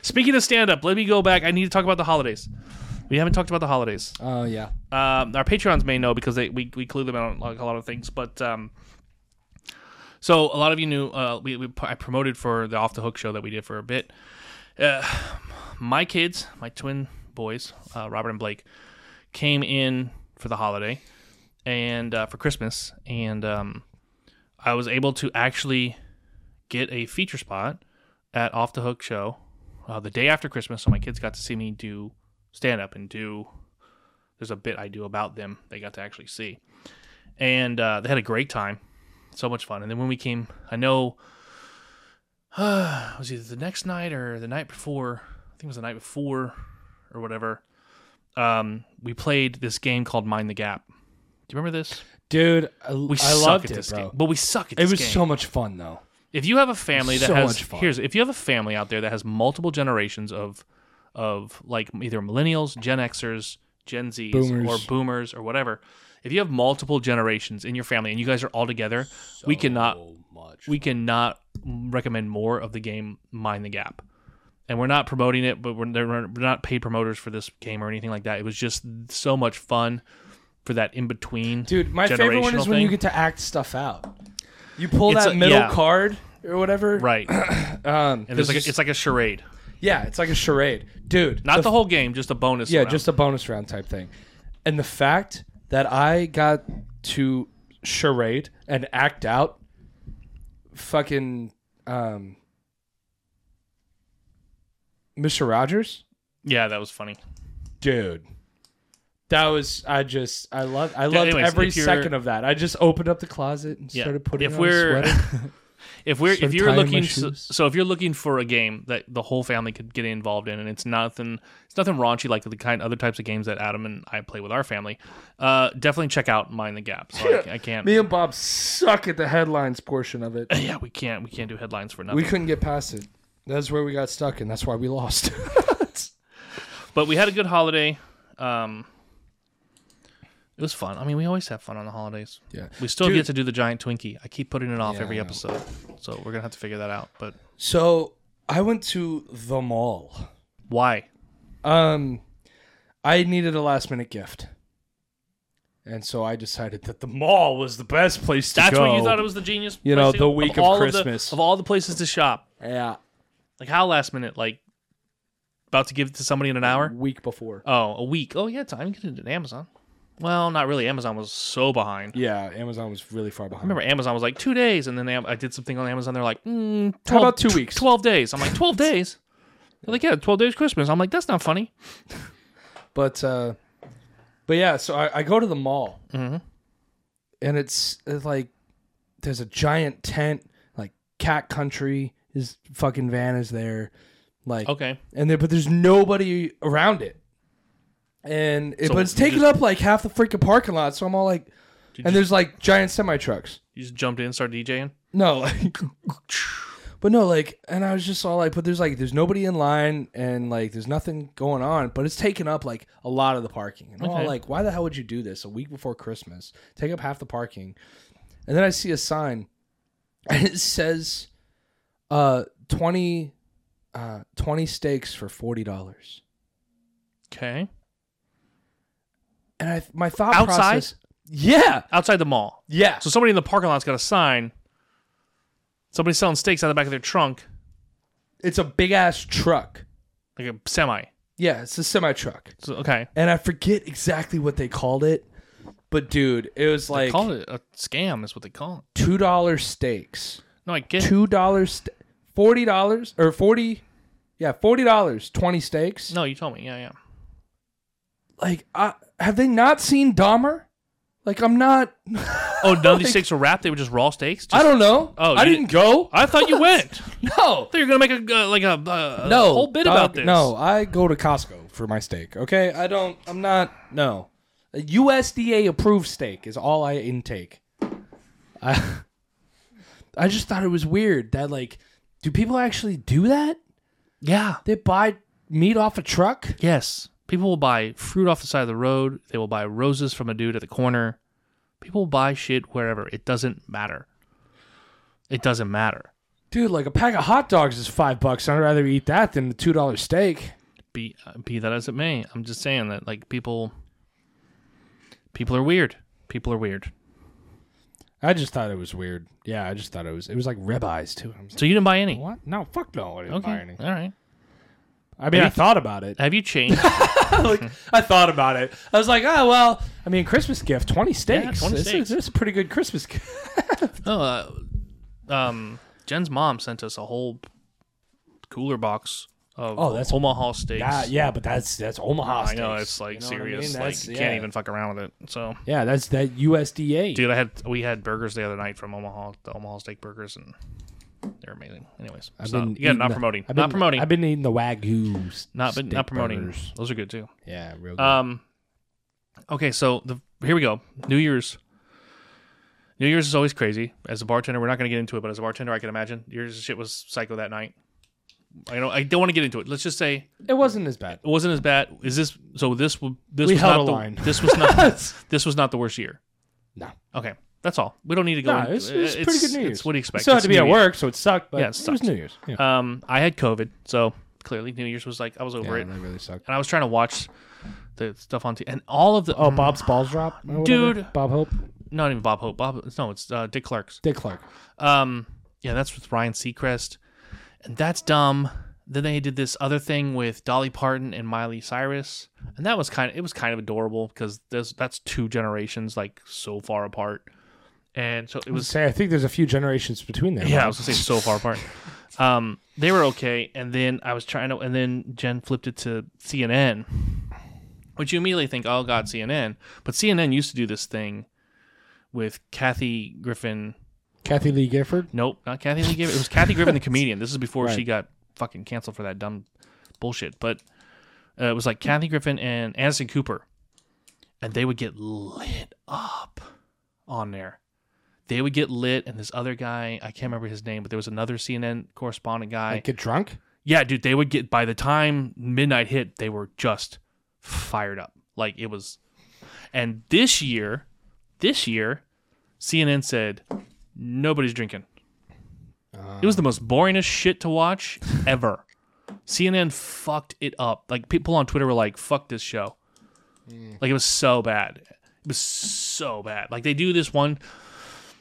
[SPEAKER 1] Speaking of stand up, let me go back. I need to talk about the holidays. We haven't talked about the holidays.
[SPEAKER 2] oh yeah.
[SPEAKER 1] um, our Patreons may know because they we, we clue them in on like a lot of things. But um, so a lot of you knew uh, we, we I promoted for the off the hook show that we did for a bit. Uh, my kids, my twin boys, uh, Robert and Blake, came in for the holiday and uh, for Christmas, and um, I was able to actually get a feature spot at off the hook show uh, the day after Christmas. So my kids got to see me do stand up and do there's a bit I do about them they got to actually see. And uh, they had a great time. So much fun. And then when we came, I know it was either the next night or the night before. I think it was the night before or whatever. Um, we played this game called Mind the Gap. Do you remember this?
[SPEAKER 2] Dude, I,
[SPEAKER 1] We
[SPEAKER 2] I
[SPEAKER 1] suck
[SPEAKER 2] loved
[SPEAKER 1] at
[SPEAKER 2] it,
[SPEAKER 1] this
[SPEAKER 2] bro.
[SPEAKER 1] game. But we suck at
[SPEAKER 2] It
[SPEAKER 1] this
[SPEAKER 2] was
[SPEAKER 1] game.
[SPEAKER 2] so much fun though.
[SPEAKER 1] If you have a family that
[SPEAKER 2] So
[SPEAKER 1] has
[SPEAKER 2] much fun.
[SPEAKER 1] here's if you have a family out there that has multiple generations of of like either millennials, Gen Xers, Gen Zs,
[SPEAKER 2] Boomers.
[SPEAKER 1] or boomers or whatever. If you have multiple generations in your family and you guys are all together, we cannot
[SPEAKER 2] So much.
[SPEAKER 1] we cannot recommend more of the game Mind the Gap. And we're not promoting it, but we're, they're- we're not paid promoters for this game or anything like that. It was just so much fun for that in between.
[SPEAKER 2] Dude, my favorite one is when you get to act stuff out. You pull
[SPEAKER 1] It's
[SPEAKER 2] that
[SPEAKER 1] a-
[SPEAKER 2] middle
[SPEAKER 1] yeah.
[SPEAKER 2] card or whatever.
[SPEAKER 1] right, and
[SPEAKER 2] Um,
[SPEAKER 1] there's like a,
[SPEAKER 2] this is-
[SPEAKER 1] it's like a charade,
[SPEAKER 2] yeah, it's like a charade, dude.
[SPEAKER 1] not the, whole game, just a bonus.
[SPEAKER 2] yeah,
[SPEAKER 1] round.
[SPEAKER 2] just a bonus round type thing. And the fact that I got to charade and act out fucking um, Mr. Rogers,
[SPEAKER 1] Yeah, that was funny.
[SPEAKER 2] dude. That was I just I love I loved
[SPEAKER 1] anyways,
[SPEAKER 2] every
[SPEAKER 1] if you're-
[SPEAKER 2] second of that. I just opened up the closet and
[SPEAKER 1] Yeah.
[SPEAKER 2] started putting
[SPEAKER 1] if
[SPEAKER 2] on
[SPEAKER 1] we're
[SPEAKER 2] a sweater.
[SPEAKER 1] if we're
[SPEAKER 2] Started
[SPEAKER 1] if you're
[SPEAKER 2] tying my
[SPEAKER 1] looking so,
[SPEAKER 2] shoes.
[SPEAKER 1] so if you're looking for a game that the whole family could get involved in and it's nothing it's nothing raunchy like the kind other types of games that Adam and I play with our family, uh, definitely check out Mind the Gap. So I, I can't.
[SPEAKER 2] Me and Bob suck at the headlines portion of it.
[SPEAKER 1] yeah, we can't we can't do headlines for nothing.
[SPEAKER 2] We couldn't get past it. That's where we got stuck, and that's why we lost.
[SPEAKER 1] but we had a good holiday. Um, it was fun. I mean, we always have fun on the holidays.
[SPEAKER 2] Yeah.
[SPEAKER 1] We still
[SPEAKER 2] Dude.
[SPEAKER 1] get to do the giant Twinkie. I keep putting it off every
[SPEAKER 2] I know.
[SPEAKER 1] episode, so we're gonna have to figure that out. But
[SPEAKER 2] so I went to the mall.
[SPEAKER 1] why?
[SPEAKER 2] Um, I needed a last minute gift, and so I decided that the mall was the best place to
[SPEAKER 1] That's
[SPEAKER 2] go.
[SPEAKER 1] what you thought it was the genius.
[SPEAKER 2] You
[SPEAKER 1] place
[SPEAKER 2] know,
[SPEAKER 1] to-
[SPEAKER 2] the week of
[SPEAKER 1] all
[SPEAKER 2] Christmas.
[SPEAKER 1] of, the, of all the places to shop.
[SPEAKER 2] Yeah,
[SPEAKER 1] Like how last minute? Like about to give it to somebody in an hour?
[SPEAKER 2] week before.
[SPEAKER 1] Oh, a week. Oh yeah, time. You can get it at Amazon. Well, not really. Amazon was so behind.
[SPEAKER 2] Yeah, Amazon was really far behind.
[SPEAKER 1] remember Amazon was like two days, and then Am- I did something on Amazon. They're like, mm, 12,
[SPEAKER 2] about two
[SPEAKER 1] tw-
[SPEAKER 2] weeks?
[SPEAKER 1] Twelve days. I'm like, twelve days. They're like, yeah, twelve days Christmas. I'm like, that's not funny.
[SPEAKER 2] But uh, but yeah, so I, I go to the mall,
[SPEAKER 1] Mm-hmm.
[SPEAKER 2] and it's, it's like there's a giant tent, like Cat Country. His fucking van is there, like
[SPEAKER 1] Okay,
[SPEAKER 2] and there but there's nobody around it, and it,
[SPEAKER 1] So
[SPEAKER 2] but it's
[SPEAKER 1] you
[SPEAKER 2] taking up like half the freaking parking lot. So I'm all like, and there's like giant semi trucks.
[SPEAKER 1] you just jumped in, and started DJing.
[SPEAKER 2] No, like, but no, like, and I was just all like, but there's like, there's nobody in line, and like, there's nothing going on, but it's taking up like a lot of the parking, and I'm all
[SPEAKER 1] Okay.
[SPEAKER 2] like, why the hell would you do this a week before Christmas? Take up half the parking, and then I see a sign, and it says, uh, twenty, uh, twenty steaks for forty dollars,
[SPEAKER 1] Okay,
[SPEAKER 2] and I my thought
[SPEAKER 1] Outside?
[SPEAKER 2] process, yeah,
[SPEAKER 1] outside the mall.
[SPEAKER 2] yeah,
[SPEAKER 1] So somebody in the parking lot's got a sign. Somebody's selling steaks out the back of their trunk,
[SPEAKER 2] it's a big ass truck,
[SPEAKER 1] like a semi.
[SPEAKER 2] yeah, it's a semi truck.
[SPEAKER 1] So okay,
[SPEAKER 2] and I forget exactly what they called it, but dude, it was like
[SPEAKER 1] call it a scam is what they call it.
[SPEAKER 2] two dollar steaks,
[SPEAKER 1] No, I get. it.
[SPEAKER 2] two dollars, st- forty dollars or forty, yeah, forty dollars, twenty steaks.
[SPEAKER 1] No, you told me. Yeah, yeah.
[SPEAKER 2] Like, I, have they not seen Dahmer? Like, I'm not.
[SPEAKER 1] Oh, none of these steaks were wrapped. They were just raw steaks. Just,
[SPEAKER 2] I don't know.
[SPEAKER 1] Oh,
[SPEAKER 2] I
[SPEAKER 1] you
[SPEAKER 2] didn't go.
[SPEAKER 1] I thought you went.
[SPEAKER 2] no.
[SPEAKER 1] thought you were gonna make a uh, like a uh,
[SPEAKER 2] No,
[SPEAKER 1] whole bit
[SPEAKER 2] dog,
[SPEAKER 1] about this.
[SPEAKER 2] No, I go to Costco for my steak. Okay, I don't. I'm not. No, a USDA approved steak is all I intake. I, I just thought it was weird that like, do people actually do that?
[SPEAKER 1] Yeah.
[SPEAKER 2] They buy meat off a truck.
[SPEAKER 1] Yes. People will buy fruit off the side of the road. They will buy roses from a dude at the corner. People will buy shit wherever. It doesn't matter. It doesn't matter.
[SPEAKER 2] Dude, like a pack of hot dogs is five bucks. I'd rather eat that than the two dollar steak.
[SPEAKER 1] Be uh, be that as it may, I'm just saying that like people people are weird. People are weird.
[SPEAKER 2] I just thought it was weird. Yeah, I just thought it was. It was like ribeyes too. I was like,
[SPEAKER 1] So you didn't buy any.
[SPEAKER 2] what? No, fuck no. I didn't
[SPEAKER 1] Okay.
[SPEAKER 2] buy any.
[SPEAKER 1] All right.
[SPEAKER 2] I mean, I thought about it.
[SPEAKER 1] Have you changed?
[SPEAKER 2] I thought about it. I was like, oh well. I mean, Christmas gift, twenty steaks.
[SPEAKER 1] Yeah, 20
[SPEAKER 2] This,
[SPEAKER 1] steaks.
[SPEAKER 2] Is, this is a pretty good Christmas gift.
[SPEAKER 1] no. Uh, um, Jen's mom sent us a whole cooler box of
[SPEAKER 2] Oh, that's-
[SPEAKER 1] Omaha steaks.
[SPEAKER 2] yeah, but that's that's Omaha.
[SPEAKER 1] I know it's like
[SPEAKER 2] know what I mean?
[SPEAKER 1] serious. Like
[SPEAKER 2] That's-
[SPEAKER 1] you
[SPEAKER 2] yeah.
[SPEAKER 1] can't even fuck around with it. So,
[SPEAKER 2] Yeah, that's that USDA.
[SPEAKER 1] dude, I had we had burgers the other night from Omaha, the Omaha steak burgers, and they're amazing. Anyways, so,
[SPEAKER 2] been
[SPEAKER 1] yeah,
[SPEAKER 2] eating
[SPEAKER 1] not
[SPEAKER 2] the-
[SPEAKER 1] promoting,
[SPEAKER 2] I've been,
[SPEAKER 1] not promoting,
[SPEAKER 2] I've been eating the wagyu.
[SPEAKER 1] not been, not
[SPEAKER 2] steak
[SPEAKER 1] promoting.
[SPEAKER 2] burgers.
[SPEAKER 1] Those are good too.
[SPEAKER 2] Yeah, real good.
[SPEAKER 1] Um, okay, so the here we go. New Year's. New Year's is always crazy. As a bartender, we're not going to get into it, but as a bartender, I can imagine New Year's shit was psycho that night. I don't. I don't want to get into it. Let's just say
[SPEAKER 2] it wasn't as bad.
[SPEAKER 1] it wasn't as bad. Is this so? This w- this
[SPEAKER 2] We
[SPEAKER 1] was
[SPEAKER 2] held
[SPEAKER 1] not
[SPEAKER 2] a
[SPEAKER 1] the
[SPEAKER 2] line.
[SPEAKER 1] this was not this was not the worst year.
[SPEAKER 2] No.
[SPEAKER 1] Okay, that's all. We don't need to go.
[SPEAKER 2] No,
[SPEAKER 1] into,
[SPEAKER 2] it's, it's pretty good New Year's.
[SPEAKER 1] It's what do you expect?
[SPEAKER 2] Still had
[SPEAKER 1] It's
[SPEAKER 2] to be
[SPEAKER 1] New
[SPEAKER 2] at
[SPEAKER 1] Year's.
[SPEAKER 2] work, so it sucked. But
[SPEAKER 1] Yeah, it
[SPEAKER 2] it, was
[SPEAKER 1] sucked.
[SPEAKER 2] New Year's. Yeah,
[SPEAKER 1] Um, I had COVID, so clearly New Year's was like I was over it,
[SPEAKER 2] that really sucked.
[SPEAKER 1] and I was trying to watch the stuff on TV, and all of the
[SPEAKER 2] Oh, Bob's balls drop, or whatever?
[SPEAKER 1] Dude.
[SPEAKER 2] Bob Hope,
[SPEAKER 1] not even Bob Hope. Bob, no, it's uh, Dick Clark's.
[SPEAKER 2] Dick Clark.
[SPEAKER 1] Um, yeah, that's with Ryan Seacrest, and that's dumb. Then they did this other thing with Dolly Parton and Miley Cyrus, and that was kind of it was kind of adorable because that's two generations like so far apart, and so it was
[SPEAKER 2] Say, I think there's a few generations between them.
[SPEAKER 1] yeah, I was gonna say so far apart. Um, they were okay, and then I was trying to, and then Jen flipped it to CNN, which you immediately think, oh god, CNN. But CNN used to do this thing with Kathy Griffin.
[SPEAKER 2] Kathy Lee Gifford.
[SPEAKER 1] Nope, not Kathy Lee Gifford. It was Kathy Griffin, the comedian. This is before
[SPEAKER 2] Right.
[SPEAKER 1] she got fucking canceled for that dumb bullshit. But uh, it was like Kathy Griffin and Anderson Cooper, and they would get lit up on there. They would get lit, and this other guy, I can't remember his name, but there was another CNN correspondent guy.
[SPEAKER 2] Get drunk.
[SPEAKER 1] yeah, dude, they would get, by the time midnight hit, they were just fired up. Like it was. And this year, this year, CNN said, nobody's drinking. It was the most boringest shit to watch ever. CNN fucked it up. Like people on Twitter were like, "Fuck this show." Like it was so bad. It was so bad. Like they do this one.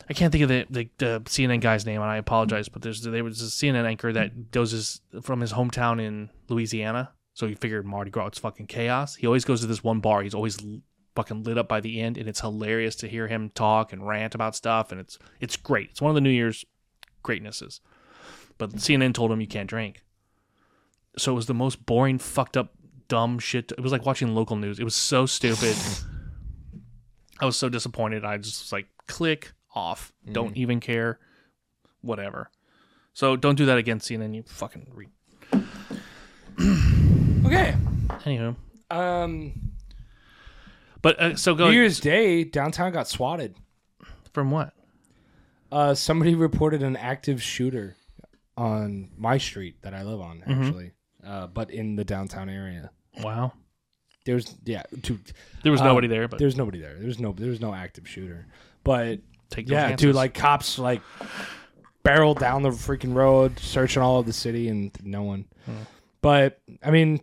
[SPEAKER 1] I can't think of the, the, the CNN guy's name, and I apologize, but there's there was a CNN anchor that does his from his hometown in Louisiana. So he figured Mardi Gras, it's fucking chaos. He always goes to this one bar. He's always l- fucking lit up by the end, and it's hilarious to hear him talk and rant about stuff. And it's it's great. It's one of the New Year's greatnesses but CNN told him you can't drink. So it was the most boring, fucked up, dumb shit. It was like watching local news. It was so stupid. I was so disappointed. I just was like, click off.
[SPEAKER 2] Mm.
[SPEAKER 1] Don't even care. Whatever. So don't do that again, CNN. You fucking re
[SPEAKER 2] Okay.
[SPEAKER 1] Anywho,
[SPEAKER 2] Um,
[SPEAKER 1] but uh, so go
[SPEAKER 2] New Year's Day, downtown got swatted.
[SPEAKER 1] from what?
[SPEAKER 2] Uh, somebody reported an active shooter on my street that I live on, actually, uh, but in the downtown area.
[SPEAKER 1] Wow,
[SPEAKER 2] There's yeah, dude,
[SPEAKER 1] there was
[SPEAKER 2] Uh,
[SPEAKER 1] nobody there, but
[SPEAKER 2] there's nobody there. There's no there's no active shooter, but
[SPEAKER 1] take those
[SPEAKER 2] yeah,
[SPEAKER 1] answers.
[SPEAKER 2] dude, like cops like barreled down the freaking road, searching all of the city, and no one. But I mean,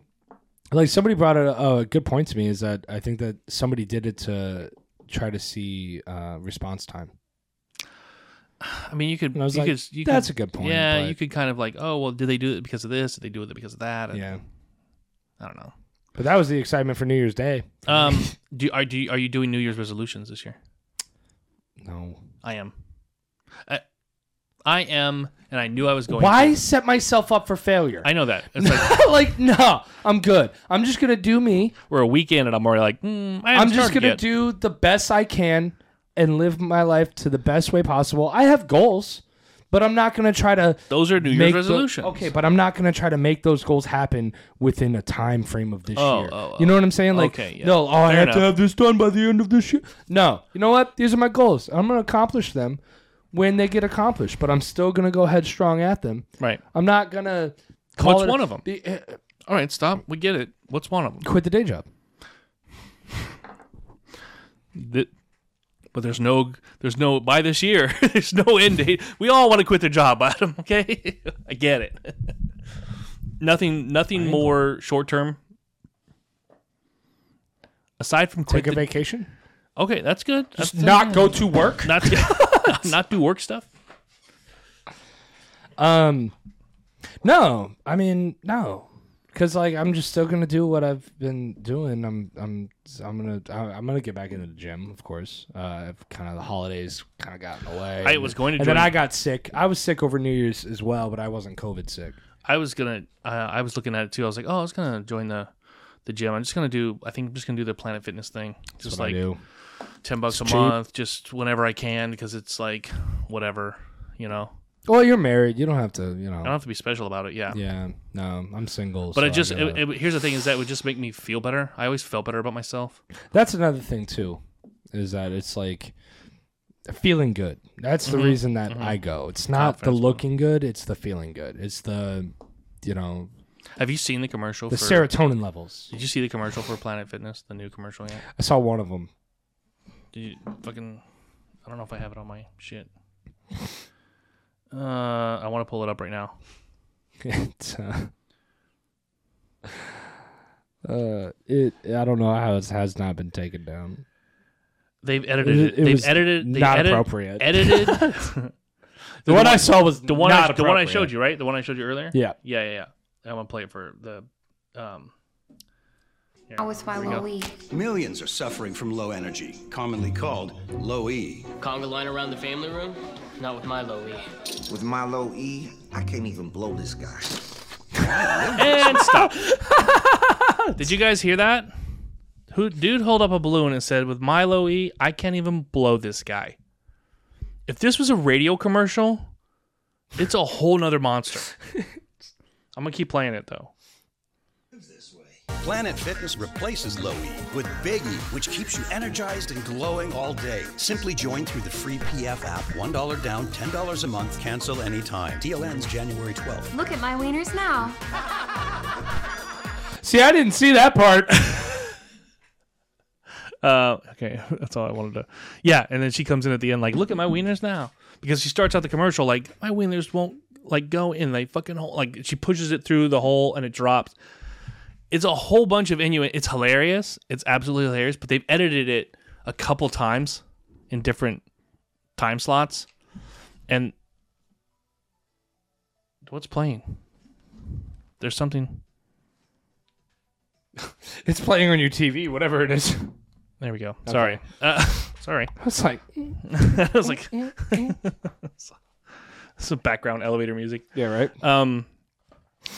[SPEAKER 2] like somebody brought a, a good point to me is that I think that somebody did it to try to see uh, response time.
[SPEAKER 1] I mean, you could,
[SPEAKER 2] And I was
[SPEAKER 1] you
[SPEAKER 2] like,
[SPEAKER 1] could, you
[SPEAKER 2] that's
[SPEAKER 1] could,
[SPEAKER 2] a good point.
[SPEAKER 1] yeah,
[SPEAKER 2] but-
[SPEAKER 1] you could kind of like, oh well, did they do it because of this? Did they do it because of that? And
[SPEAKER 2] yeah.
[SPEAKER 1] I don't know.
[SPEAKER 2] But that was the excitement for New Year's Day.
[SPEAKER 1] Um, do are do you, are you doing New Year's resolutions this year?
[SPEAKER 2] No.
[SPEAKER 1] I am. I, I am, and I knew I was going.
[SPEAKER 2] Why
[SPEAKER 1] to.
[SPEAKER 2] set myself up for failure?
[SPEAKER 1] I know that. It's like
[SPEAKER 2] like no, I'm good. I'm just gonna do me.
[SPEAKER 1] we're a week in, and I'm already like, mm, I haven't
[SPEAKER 2] I'm just
[SPEAKER 1] started
[SPEAKER 2] gonna
[SPEAKER 1] yet.
[SPEAKER 2] do the best I can and live my life to the best way possible. I have goals, but I'm not gonna try to
[SPEAKER 1] Those are New Year's
[SPEAKER 2] make the-
[SPEAKER 1] resolutions.
[SPEAKER 2] okay, but I'm not gonna try to make those goals happen within a time frame of this
[SPEAKER 1] Oh,
[SPEAKER 2] year.
[SPEAKER 1] oh,
[SPEAKER 2] you know what I'm saying? Like,
[SPEAKER 1] Okay, yeah.
[SPEAKER 2] no, oh, I
[SPEAKER 1] Fair
[SPEAKER 2] have to
[SPEAKER 1] enough.
[SPEAKER 2] have this done by the end of this year. No, you know what? These are my goals. I'm gonna accomplish them when they get accomplished, but I'm still gonna go headstrong at them.
[SPEAKER 1] right.
[SPEAKER 2] I'm not gonna call
[SPEAKER 1] What's
[SPEAKER 2] it-
[SPEAKER 1] one of 'em?
[SPEAKER 2] Be- eh,
[SPEAKER 1] All right, stop. We get it. What's one of them?
[SPEAKER 2] Quit the day job.
[SPEAKER 1] but there's no, there's no by this year. there's no end date. We all want to quit the job, Adam. Okay, I get it. nothing, nothing more short term. Aside from quit
[SPEAKER 2] Take a
[SPEAKER 1] the-
[SPEAKER 2] vacation.
[SPEAKER 1] okay, that's good. That's
[SPEAKER 2] Not go to work.
[SPEAKER 1] not not do work stuff.
[SPEAKER 2] Um, no, I mean no, because like I'm just still gonna do what I've been doing. I'm I'm I'm gonna I- I'm gonna get back into the gym, of course. Uh, kind of the holidays kind of got in the way.
[SPEAKER 1] I was going to
[SPEAKER 2] and then
[SPEAKER 1] join-
[SPEAKER 2] I got sick. I was sick over New Year's as well, but I wasn't COVID sick.
[SPEAKER 1] I was gonna. Uh, I was looking at it too. I was like, oh, I was gonna join the the gym. I'm just gonna do. I think I'm just gonna do the Planet Fitness thing. just
[SPEAKER 2] What I
[SPEAKER 1] like
[SPEAKER 2] do.
[SPEAKER 1] ten bucks a
[SPEAKER 2] cheap.
[SPEAKER 1] month, just whenever I can, because it's like whatever, you know.
[SPEAKER 2] Well, you're married. You don't have to. You
[SPEAKER 1] I don't
[SPEAKER 2] know.
[SPEAKER 1] have to be special about it. Yeah.
[SPEAKER 2] Yeah. No, I'm single.
[SPEAKER 1] Uh, But
[SPEAKER 2] so
[SPEAKER 1] it just
[SPEAKER 2] I
[SPEAKER 1] it,
[SPEAKER 2] gotta-
[SPEAKER 1] it- here's the thing is that it would just make me feel better. I always felt better about myself.
[SPEAKER 2] That's another thing too, is that it's like feeling good. That's the reason that I go. It's not
[SPEAKER 1] Mm-hmm. Confidence,
[SPEAKER 2] the looking good; it's the feeling good. It's the, you know,
[SPEAKER 1] Have you seen the commercial?
[SPEAKER 2] the
[SPEAKER 1] for,
[SPEAKER 2] serotonin levels.
[SPEAKER 1] Did you see the commercial for Planet Fitness, the new commercial yet?
[SPEAKER 2] I saw one of them.
[SPEAKER 1] Did you fucking? I don't know if I have it on my shit. Uh, I want to pull it up right now.
[SPEAKER 2] it's, uh, uh, it. I don't know how it has not been taken down.
[SPEAKER 1] They've edited
[SPEAKER 2] It-
[SPEAKER 1] it.
[SPEAKER 2] it
[SPEAKER 1] They've
[SPEAKER 2] was
[SPEAKER 1] edited. They
[SPEAKER 2] not
[SPEAKER 1] edit-
[SPEAKER 2] appropriate.
[SPEAKER 1] Edited.
[SPEAKER 2] The, one I saw was
[SPEAKER 1] the one.
[SPEAKER 2] Not
[SPEAKER 1] I, the one I
[SPEAKER 2] appropriate.
[SPEAKER 1] showed you, right? The one I showed you earlier.
[SPEAKER 2] Yeah.
[SPEAKER 1] Yeah, yeah, yeah. I want to play it for the. Um, here,
[SPEAKER 5] Now it's my
[SPEAKER 1] here we go.
[SPEAKER 5] low E.
[SPEAKER 6] Millions are suffering from low energy, commonly called low E.
[SPEAKER 7] Conga line around the family room? Not with my low E.
[SPEAKER 8] With my low E, I can't even blow this guy.
[SPEAKER 1] And stop. Did you guys hear that? Who dude held up a balloon and said, "With Milo E, I can't even blow this guy." If this was a radio commercial, it's a whole nother monster. I'm gonna keep playing it though.
[SPEAKER 6] Planet Fitness replaces low E with Big E, which keeps you energized and glowing all day. Simply join through the free PF app. $1 down, $10 a month, cancel anytime. Deal ends January 12th.
[SPEAKER 5] Look at my wieners now.
[SPEAKER 2] See, I didn't see that part.
[SPEAKER 1] Uh, okay, that's all I wanted to. Yeah, and then she comes in at the end like, "Look at my wieners now," because she starts out the commercial like, "My wieners won't like go in they fucking hole." Like she pushes it through the hole and it drops. It's a whole bunch of Inuit. It's hilarious. It's absolutely hilarious. But they've edited it a couple times in different time slots, and what's playing? There's something.
[SPEAKER 2] it's playing on your TV, whatever it is.
[SPEAKER 1] There we go. Sorry. Uh, sorry.
[SPEAKER 2] It's like,
[SPEAKER 1] I was like, some background elevator music.
[SPEAKER 2] yeah, right.
[SPEAKER 1] Um,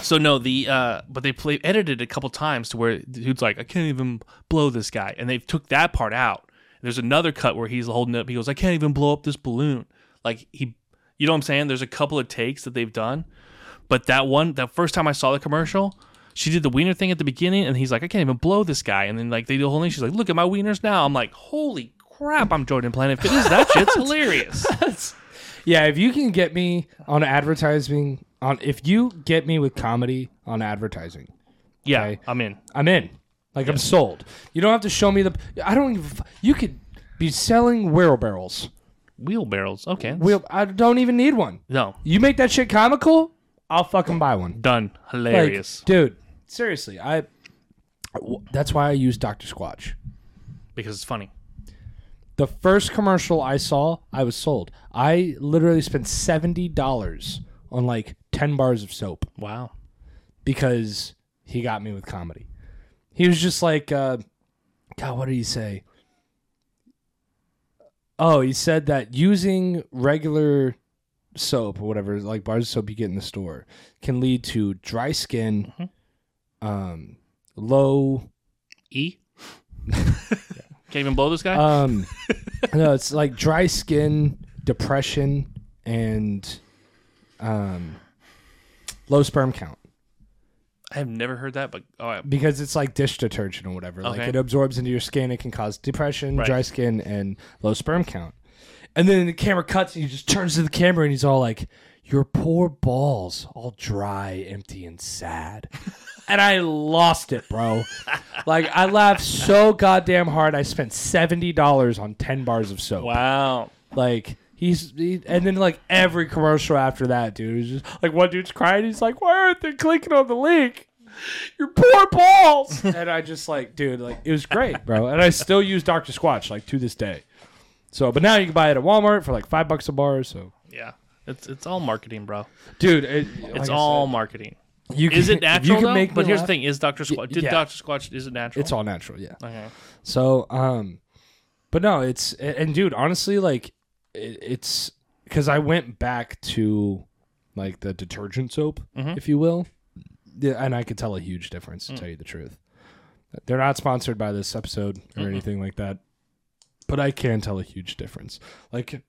[SPEAKER 1] so no, the uh, but they play edited it a couple times to where the dude's like, I can't even blow this guy, and they took that part out. There's another cut where he's holding up. He goes, I can't even blow up this balloon. Like he, you know what I'm saying? There's a couple of takes that they've done, but that one, that first time I saw the commercial. She did the wiener thing at the beginning, and he's like, "I can't even blow this guy." And then like they do the whole thing. She's like, "Look at my wieners now." I'm like, "Holy crap!" I'm Jordan Planet Fitness. That shit's hilarious.
[SPEAKER 2] Yeah, if you can get me on advertising, on if you get me with comedy on advertising,
[SPEAKER 1] Yeah,
[SPEAKER 2] Okay.
[SPEAKER 1] I'm in.
[SPEAKER 2] I'm in. Like I'm sold. You don't have to show me the. I don't even. You could be selling wheelbarrows.
[SPEAKER 1] Wheelbarrows. Okay.
[SPEAKER 2] Wheel. I don't even need one.
[SPEAKER 1] no.
[SPEAKER 2] You make that shit comical, I'll fucking buy one.
[SPEAKER 1] Done.
[SPEAKER 2] Like,
[SPEAKER 1] Hilarious.
[SPEAKER 2] dude. Seriously, I. w- That's why I use Doctor Squatch.
[SPEAKER 1] because it's funny.
[SPEAKER 2] The first commercial I saw, I was sold. I literally spent seventy dollars on like ten bars of soap.
[SPEAKER 1] Wow.
[SPEAKER 2] because he got me with comedy. He was just like, uh, God, what did he say? Oh, he said that using regular soap or whatever, like bars of soap you get in the store, can lead to dry skin, um, low.
[SPEAKER 1] E. Can't even blow this guy.
[SPEAKER 2] Um, no, it's like dry skin, depression, and um, low sperm count.
[SPEAKER 1] I have never heard that, but oh, all right.
[SPEAKER 2] because it's like dish detergent or whatever. Like
[SPEAKER 1] Okay.
[SPEAKER 2] it absorbs into your skin. It can cause depression,
[SPEAKER 1] Right.
[SPEAKER 2] dry skin, and low sperm count. And then the camera cuts, and he just turns to the camera, and he's all like, "Your poor balls, all dry, empty, and sad." and I lost it, bro. like I laughed so goddamn hard. I spent seventy dollars on ten bars of soap.
[SPEAKER 1] Wow.
[SPEAKER 2] Like he's he, and then like every commercial after that, dude, it was just like one dude's crying. He's like, "Why aren't they clicking on the link? Your poor balls!" and I just like, dude, like it was great, bro. And I still use Doctor Squatch like to this day. So, but now you can buy it at Walmart for like five bucks a bar. So,
[SPEAKER 1] Yeah. It's it's all marketing, bro.
[SPEAKER 2] dude, it,
[SPEAKER 1] It's all marketing.
[SPEAKER 2] you
[SPEAKER 1] Is it
[SPEAKER 2] if you
[SPEAKER 1] natural
[SPEAKER 2] can
[SPEAKER 1] though?
[SPEAKER 2] make me
[SPEAKER 1] but here's
[SPEAKER 2] laugh-
[SPEAKER 1] the thing: is Doctor Squatch? Did
[SPEAKER 2] yeah.
[SPEAKER 1] Doctor Squatch? Is it natural?
[SPEAKER 2] it's all natural, yeah.
[SPEAKER 1] Okay.
[SPEAKER 2] So, um, but no, it's and and dude, honestly, like it, it's because I went back to like the detergent soap, if you will, yeah, and I could tell a huge difference to tell you the truth. They're not sponsored by this episode or anything like that, but I can tell a huge difference. Like,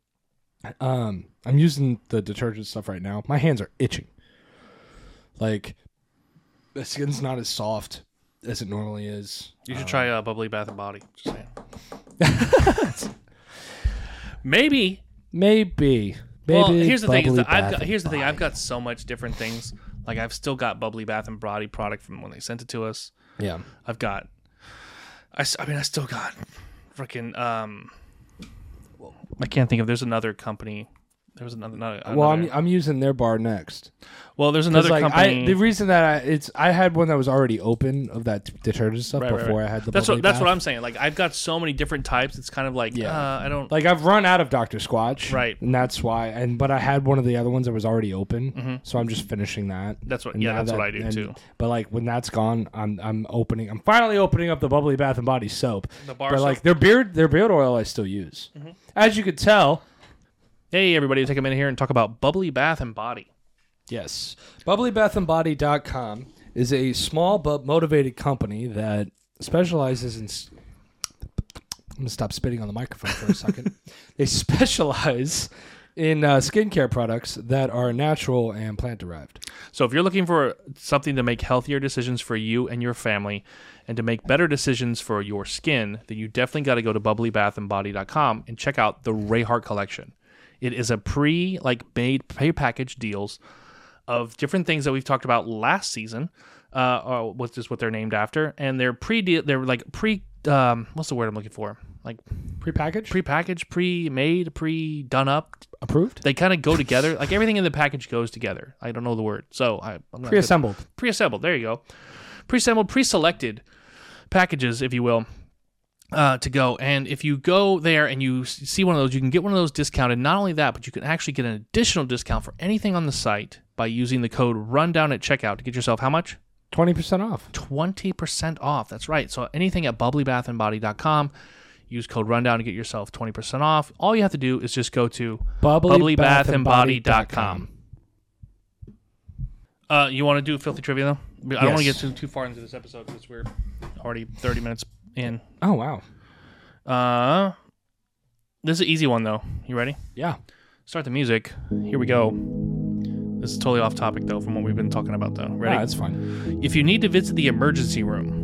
[SPEAKER 2] um, I'm using the detergent stuff right now. My hands are itching. Like, the skin's not as soft as it normally is.
[SPEAKER 1] You should try uh, bubbly bath and body. Just saying. Maybe
[SPEAKER 2] Maybe. Maybe.
[SPEAKER 1] well, here's the thing: is
[SPEAKER 2] bubbly
[SPEAKER 1] that I've
[SPEAKER 2] bath
[SPEAKER 1] got,
[SPEAKER 2] and
[SPEAKER 1] here's the thing: I've
[SPEAKER 2] body.
[SPEAKER 1] got so much different things. Like I've still got Bubbly Bath and Body product from when they sent it to us.
[SPEAKER 2] Yeah.
[SPEAKER 1] I've got, I, s- I mean, I still got, freaking um, I can't think of. There's another company There was another. Not a,
[SPEAKER 2] Well, I'm,
[SPEAKER 1] another-
[SPEAKER 2] I'm using their bar next.
[SPEAKER 1] well, there's
[SPEAKER 2] 'Cause,
[SPEAKER 1] another
[SPEAKER 2] like,
[SPEAKER 1] company.
[SPEAKER 2] I, the reason that I, it's I had one that was already open of that detergent stuff
[SPEAKER 1] Right, right,
[SPEAKER 2] before
[SPEAKER 1] right.
[SPEAKER 2] I had the.
[SPEAKER 1] That's what
[SPEAKER 2] bubbly
[SPEAKER 1] that's
[SPEAKER 2] bath.
[SPEAKER 1] what I'm saying. Like I've got so many different types. It's kind of like
[SPEAKER 2] Yeah.
[SPEAKER 1] uh, I don't.
[SPEAKER 2] Like I've run out of Doctor Squatch,
[SPEAKER 1] Right.
[SPEAKER 2] And that's why. And but I had one of the other ones that was already open, so I'm just finishing that.
[SPEAKER 1] Mm-hmm. That's what-
[SPEAKER 2] And
[SPEAKER 1] yeah,
[SPEAKER 2] now
[SPEAKER 1] that's what I do, too.
[SPEAKER 2] But like when that's gone, I'm I'm opening. I'm finally opening up the bubbly bath and body soap.
[SPEAKER 1] The bar
[SPEAKER 2] but
[SPEAKER 1] soap. Mm-hmm.
[SPEAKER 2] like their beard, their beard oil, I still use. As you could tell,
[SPEAKER 1] hey, everybody, take a minute here and talk about bubbly bath and body.
[SPEAKER 2] Yes. BubblyBathAndBody.com is a small but motivated company that specializes in. s- I'm going to stop spitting on the microphone for a second. they specialize in uh, skincare products that are natural and plant derived.
[SPEAKER 1] So if you're looking for something to make healthier decisions for you and your family, and to make better decisions for your skin, then you definitely got to go to bubblybathandbody.com and check out the Rayhart collection. It is a pre like made pre-packaged deals of different things that we've talked about last season, uh, or what's just what they're named after, and they're pre they're like pre um, what's the word I'm looking for like
[SPEAKER 2] Prepackaged?
[SPEAKER 1] pre-packaged, pre-made, pre-done up.
[SPEAKER 2] approved?
[SPEAKER 1] They kind of go together. Like everything in the package goes together. I don't know the word, so I, I'm not good-
[SPEAKER 2] Pre-assembled.
[SPEAKER 1] pre-assembled. There you go. Pre-assembled, pre-selected packages, if you will, uh, to go. And if you go there and you s- see one of those, you can get one of those discounted. Not only that, but you can actually get an additional discount for anything on the site by using the code Rundown at checkout to get yourself how much?
[SPEAKER 2] 20% off.
[SPEAKER 1] 20% off. That's right. So anything at bubblybathandbody.com, use code rundown to get yourself 20% off. All you have to do is just go to
[SPEAKER 2] Bubbly Bath and
[SPEAKER 1] bubblybathandbody.com. Uh, you want to do filthy trivia though? I don't want to get
[SPEAKER 2] Yes.
[SPEAKER 1] too, too far into this episode because we're already 30 minutes in.
[SPEAKER 2] Oh, wow.
[SPEAKER 1] Uh, this is an easy one though. You ready?
[SPEAKER 2] Yeah.
[SPEAKER 1] Start the music. Here we go. This is totally off topic though from what we've been talking about though. Ready?
[SPEAKER 2] Ah, that's fine.
[SPEAKER 1] if you need to visit the emergency room,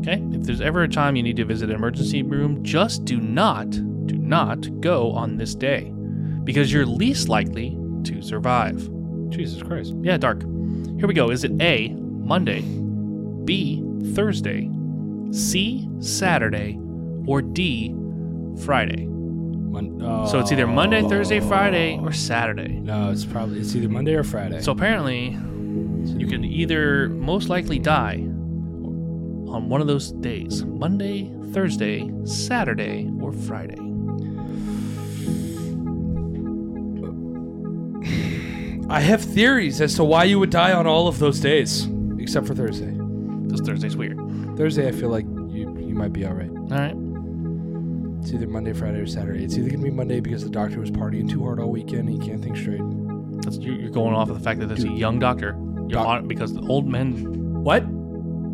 [SPEAKER 1] okay? If there's ever a time you need to visit an emergency room, just do not, do not go on this day because you're least likely to survive.
[SPEAKER 2] Jesus Christ.
[SPEAKER 1] Yeah, dark. Here we go. Is it A, Monday, B, Thursday, C, Saturday, or D, Friday?
[SPEAKER 2] Mon-
[SPEAKER 1] So it's either Monday,
[SPEAKER 2] Oh.
[SPEAKER 1] Thursday, Friday, or Saturday.
[SPEAKER 2] No, it's probably it's either Monday or Friday.
[SPEAKER 1] So apparently, you can either most likely die on one of those days Monday, Thursday, Saturday, or Friday.
[SPEAKER 9] I have theories as to why you would die on all of those days,
[SPEAKER 2] except for Thursday.
[SPEAKER 1] This Thursday's weird. All
[SPEAKER 2] Thursday, I feel like you you might be all right.
[SPEAKER 1] right.
[SPEAKER 2] It's either Monday, Friday, or Saturday. It's either gonna be Monday because the doctor was partying too hard all weekend and he can't think straight.
[SPEAKER 1] That's, you- you're going off of the fact that it's a young doctor. You're
[SPEAKER 2] Doc-
[SPEAKER 1] on, because the old men.
[SPEAKER 2] What?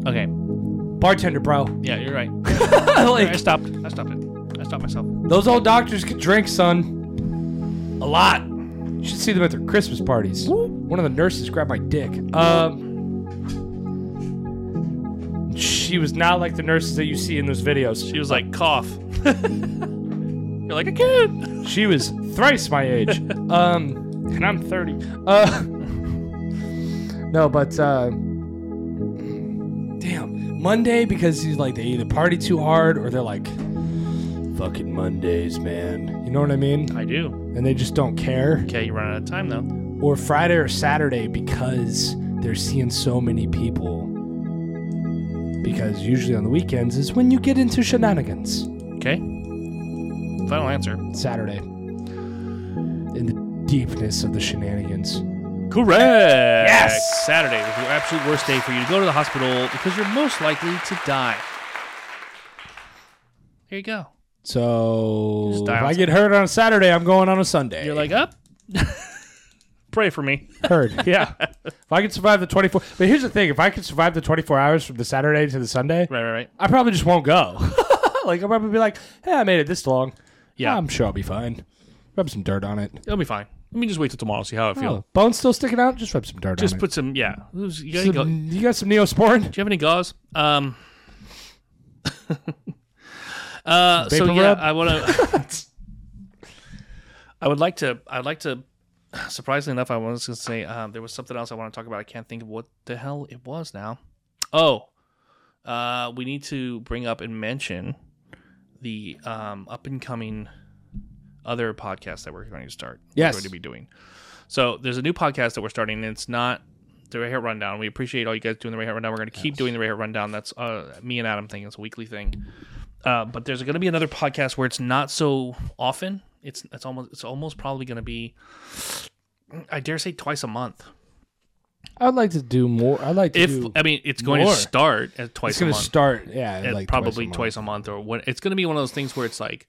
[SPEAKER 1] Okay.
[SPEAKER 2] Bartender, bro.
[SPEAKER 1] Yeah, you're right. I
[SPEAKER 2] like
[SPEAKER 1] stopped. I stopped it. I stopped myself.
[SPEAKER 2] those old doctors could drink, son. A lot. You should see them at their Christmas parties. One of the nurses grabbed my dick. Um. She was not like the nurses that you see in those videos.
[SPEAKER 1] She was like, cough. you're like, I can't.
[SPEAKER 2] She was thrice my age. Um, and I'm 30. Uh, no, but uh, damn, Monday because he's like they either party too hard or they're like fucking Mondays, man. You know what I mean?
[SPEAKER 1] I do.
[SPEAKER 2] And they just don't care.
[SPEAKER 1] Okay, you run out of time though.
[SPEAKER 2] Or Friday or Saturday because they're seeing so many people. Because usually on the weekends is when you get into shenanigans.
[SPEAKER 1] Okay. Final answer.
[SPEAKER 2] Saturday. In the deepness of the shenanigans.
[SPEAKER 1] Correct. Yes. Saturday was the absolute worst day for you to go to the hospital because you're most likely to die. There you go.
[SPEAKER 2] So
[SPEAKER 1] Just
[SPEAKER 2] if
[SPEAKER 1] die on
[SPEAKER 2] I get hurt on a Saturday, I'm going on a Sunday.
[SPEAKER 1] You're like up. Pray for me.
[SPEAKER 2] hurt, yeah. if I can survive the 24, but here's the thing: if I can survive the 24 hours from the Saturday to the Sunday,
[SPEAKER 1] Right, right, right.
[SPEAKER 2] I probably just won't go. like I'll probably be like, "Hey, I made it this long.
[SPEAKER 1] Yeah.
[SPEAKER 2] I'm sure I'll be fine. Rub some dirt on it.
[SPEAKER 1] It'll be fine. Let me just wait till tomorrow. See how I feel.
[SPEAKER 2] Oh, bone's still sticking out. Just rub some dirt
[SPEAKER 1] Just
[SPEAKER 2] on
[SPEAKER 1] put some. Yeah. Who's- You got
[SPEAKER 2] it.
[SPEAKER 1] any
[SPEAKER 2] Some-
[SPEAKER 1] go- do
[SPEAKER 2] you got some neosporin?
[SPEAKER 1] you have any gauze? Um. uh. So
[SPEAKER 2] Vapor
[SPEAKER 1] yeah,
[SPEAKER 2] rub?
[SPEAKER 1] I want to. I would like to. I'd like to. Surprisingly enough, I was going to say um, there was something else I want to talk about. I can't think of what the hell it was now. Oh, uh, we need to bring up and mention the um, up and coming other podcast that we're going to start.
[SPEAKER 2] Yes.
[SPEAKER 1] We're going to be doing. So there's a new podcast that we're starting, and it's not the Ray Hat Rundown. We appreciate all you guys doing the Ray Hat Rundown. We're going to keep doing the Ray Hat Rundown. That's uh, me and Adam thing. It's a weekly thing. Uh, but there's going to be another podcast where it's not so often. It's it's almost it's almost probably going to be, I dare say, twice a month.
[SPEAKER 3] I'd like to do more. I'd like to
[SPEAKER 1] If
[SPEAKER 3] do.
[SPEAKER 1] I mean, it's going
[SPEAKER 3] more.
[SPEAKER 1] to start at twice.
[SPEAKER 3] it's gonna
[SPEAKER 1] a month
[SPEAKER 3] start. Yeah,
[SPEAKER 1] at
[SPEAKER 3] like
[SPEAKER 1] uh, probably
[SPEAKER 3] month.
[SPEAKER 1] twice a month, or what it's going to be one of those things where it's like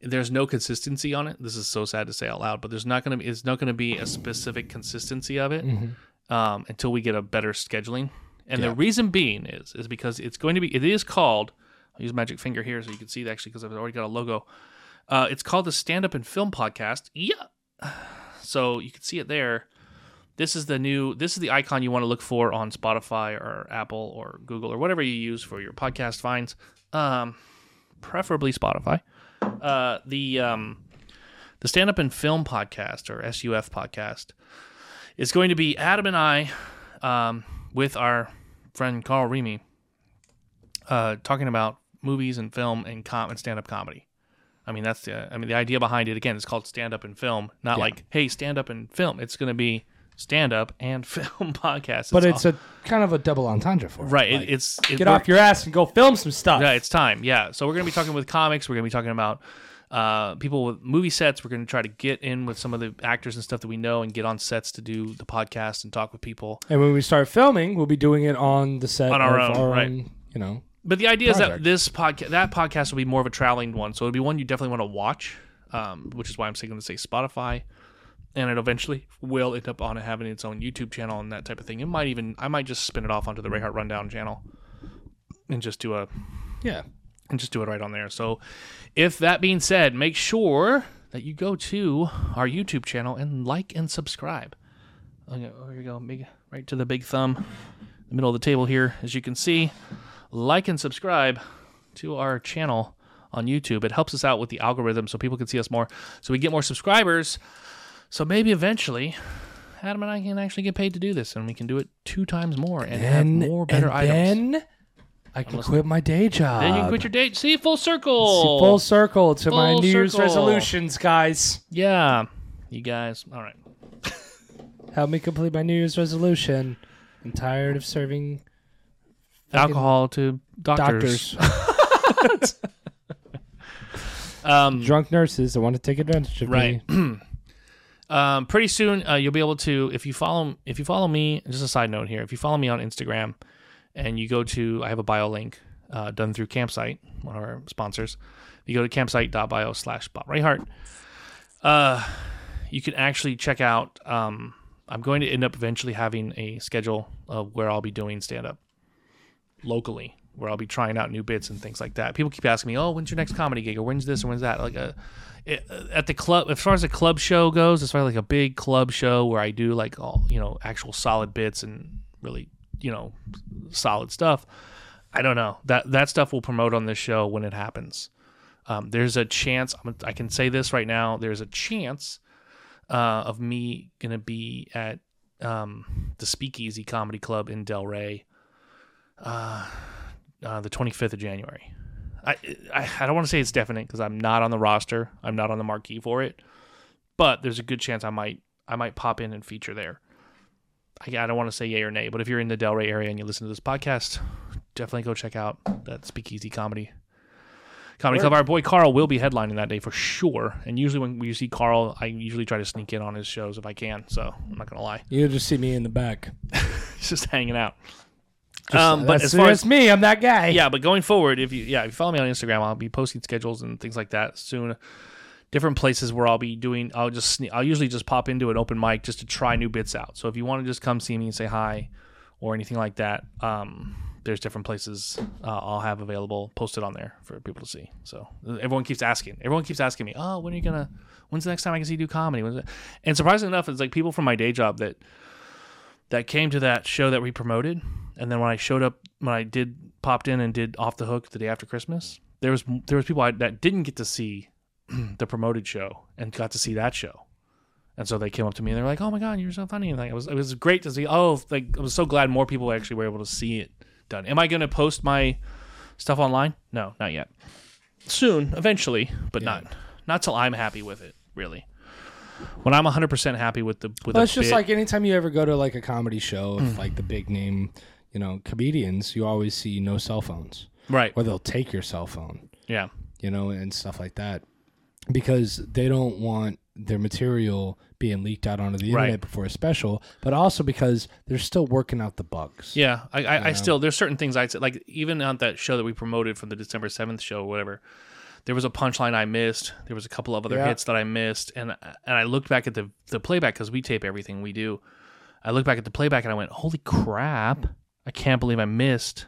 [SPEAKER 1] there's no consistency on it this is so sad to say out loud but there's not going to be it's not going to be a specific consistency of it um, until we get a better scheduling and the reason being is is because it's going to be it is called i'll use magic finger here so you can see it actually because i've already got a logo uh, it's called the stand up and film podcast yeah so you can see it there this is the new this is the icon you want to look for on spotify or apple or google or whatever you use for your podcast finds um, preferably spotify uh, the um, the stand up and film podcast or suf podcast is going to be adam and i um, with our friend carl remy uh, talking about movies and film and, com- and stand up comedy I mean, that's the I mean the idea behind it. Again, it's called stand up and film, not like hey, stand up and film. It's going to be stand up and film podcast.
[SPEAKER 3] But it's a kind of a double entendre for it.
[SPEAKER 1] right.
[SPEAKER 3] Like,
[SPEAKER 1] it, it's it,
[SPEAKER 3] get
[SPEAKER 1] we're-
[SPEAKER 3] off your ass and go film some stuff.
[SPEAKER 1] Yeah, it's time. Yeah, so we're going to be talking with comics. We're going to be talking about uh, people with movie sets. We're going to try to get in with some of the actors and stuff that we know and get on sets to do the podcast and talk with people.
[SPEAKER 3] And when we start filming, we'll be doing it on the set
[SPEAKER 1] On our
[SPEAKER 3] of
[SPEAKER 1] own,
[SPEAKER 3] our
[SPEAKER 1] right.
[SPEAKER 3] own, you know.
[SPEAKER 1] But the idea is that
[SPEAKER 3] project.
[SPEAKER 1] this podcast, that podcast, will be more of a traveling one. So it'll be one you definitely want to watch, um, which is why I'm going to say Spotify, and it eventually will end up on having its own YouTube channel and that type of thing. It might even I might just spin it off onto the Rayhart Rundown channel, and just do a
[SPEAKER 3] Yeah.
[SPEAKER 1] and just do it right on there. So, if that being said, make sure that you go to our YouTube channel and like and subscribe. Oh, yeah, oh, here you go, big, right to the big thumb, the middle of the table here, as you can see. Like and subscribe to our channel on YouTube. It helps us out with the algorithm, so people can see us more, so we get more subscribers. So maybe eventually. Adam and I can actually get paid to do this, and we can do it two times more and, have more better
[SPEAKER 3] and
[SPEAKER 1] items.
[SPEAKER 3] Then I can quit my day job.
[SPEAKER 1] Then you can quit your date. See, full
[SPEAKER 3] See,
[SPEAKER 1] circle.
[SPEAKER 3] full circle to my
[SPEAKER 1] Full
[SPEAKER 3] New Year's
[SPEAKER 1] circle.
[SPEAKER 3] resolutions, guys.
[SPEAKER 1] Yeah. You guys. All right.
[SPEAKER 3] Help me complete my New Year's resolution. I'm tired of serving
[SPEAKER 1] Alcohol to doctors.
[SPEAKER 3] doctors,
[SPEAKER 1] Um,
[SPEAKER 3] drunk nurses that want to take advantage of
[SPEAKER 1] Right.
[SPEAKER 3] me.
[SPEAKER 1] um, pretty soon uh, you'll be able to if you follow if you follow me. Just a side note here. If you follow me on Instagram and you go to I have a bio link uh, done through Campsite, one of our sponsors. If you go to campsite.bio slash Bob Reinhart, uh, you can actually check out. Um, I'm going to end up eventually having a schedule of where I'll be doing stand up. locally where I'll be trying out new bits and things like that. People keep asking me, "Oh, when's your next comedy gig? Or when's this? Or when's that?" Like uh, a it, at the club, as far as a club show goes, as far as like a big club show where I do like all you know actual solid bits and really you know solid stuff. I don't know that that stuff will promote on this show when it happens. Um, there's a chance I'm, I can say this right now. There's a chance uh, of me gonna be at um, the Speakeasy Comedy Club in Del Rey uh, the 25th of January. I, I, I don't want to say it's definite because I'm not on the roster. I'm not on the marquee for it, but there's a good chance I might I might pop in and feature there. I, I don't want to say yay or nay, but if you're in the Delray area and you listen to this podcast, definitely go check out that Speakeasy Comedy Comedy Club. Our boy Carl will be headlining that day for sure. And usually when we see Carl, I usually try to sneak in on his shows if I can. So I'm not gonna lie,
[SPEAKER 3] You'll just see me in the back.
[SPEAKER 1] it's just hanging out. um, but
[SPEAKER 3] That's-
[SPEAKER 1] as far as
[SPEAKER 3] that's me, I'm that guy.
[SPEAKER 1] yeah, but going forward, if you yeah, if you follow me on Instagram, I'll be posting schedules and things like that soon. Different places where I'll be doing, I'll just sne- I'll usually just pop into an open mic just to try new bits out. So if you want to just come see me and say hi, or anything like that, um, there's different places uh, I'll have available posted on there for people to see. So everyone keeps asking, everyone keeps asking me, oh, when are you gonna, when's the next time I can see you do comedy? When's it? And surprisingly enough, it's like people from my day job that that came to that show that we promoted and then when i showed up when i did popped in and did off the hook the day after christmas there was there was people I, that didn't get to see the promoted show and got to see that show and so they came up to me and they were like oh my god you're so funny and like it was it was great to see oh like i was so glad more people actually were able to see it done am i going to post my stuff online no not yet soon eventually but not not till i'm happy with it really. When I'm 100% happy with the with
[SPEAKER 2] Well,
[SPEAKER 1] a
[SPEAKER 2] it's just
[SPEAKER 1] bit-
[SPEAKER 2] like anytime you ever go to like a comedy show of like the big name, you know, comedians, you always see no cell phones,
[SPEAKER 1] right.
[SPEAKER 2] or they'll take your cell phone,
[SPEAKER 1] Yeah.
[SPEAKER 2] you know, and stuff like that, because they don't want their material being leaked out onto the
[SPEAKER 1] Right.
[SPEAKER 2] internet before a special, but also because they're still working out the bugs.
[SPEAKER 1] Yeah, I, I, I still there's certain things I would like even on that show that we promoted from the December seventh show, whatever. There was a punchline I missed. There was a couple of other
[SPEAKER 2] Yeah.
[SPEAKER 1] hits that I missed, and and I looked back at the the playback because we tape everything we do. I looked back at the playback and I went, "Holy crap! I can't believe I missed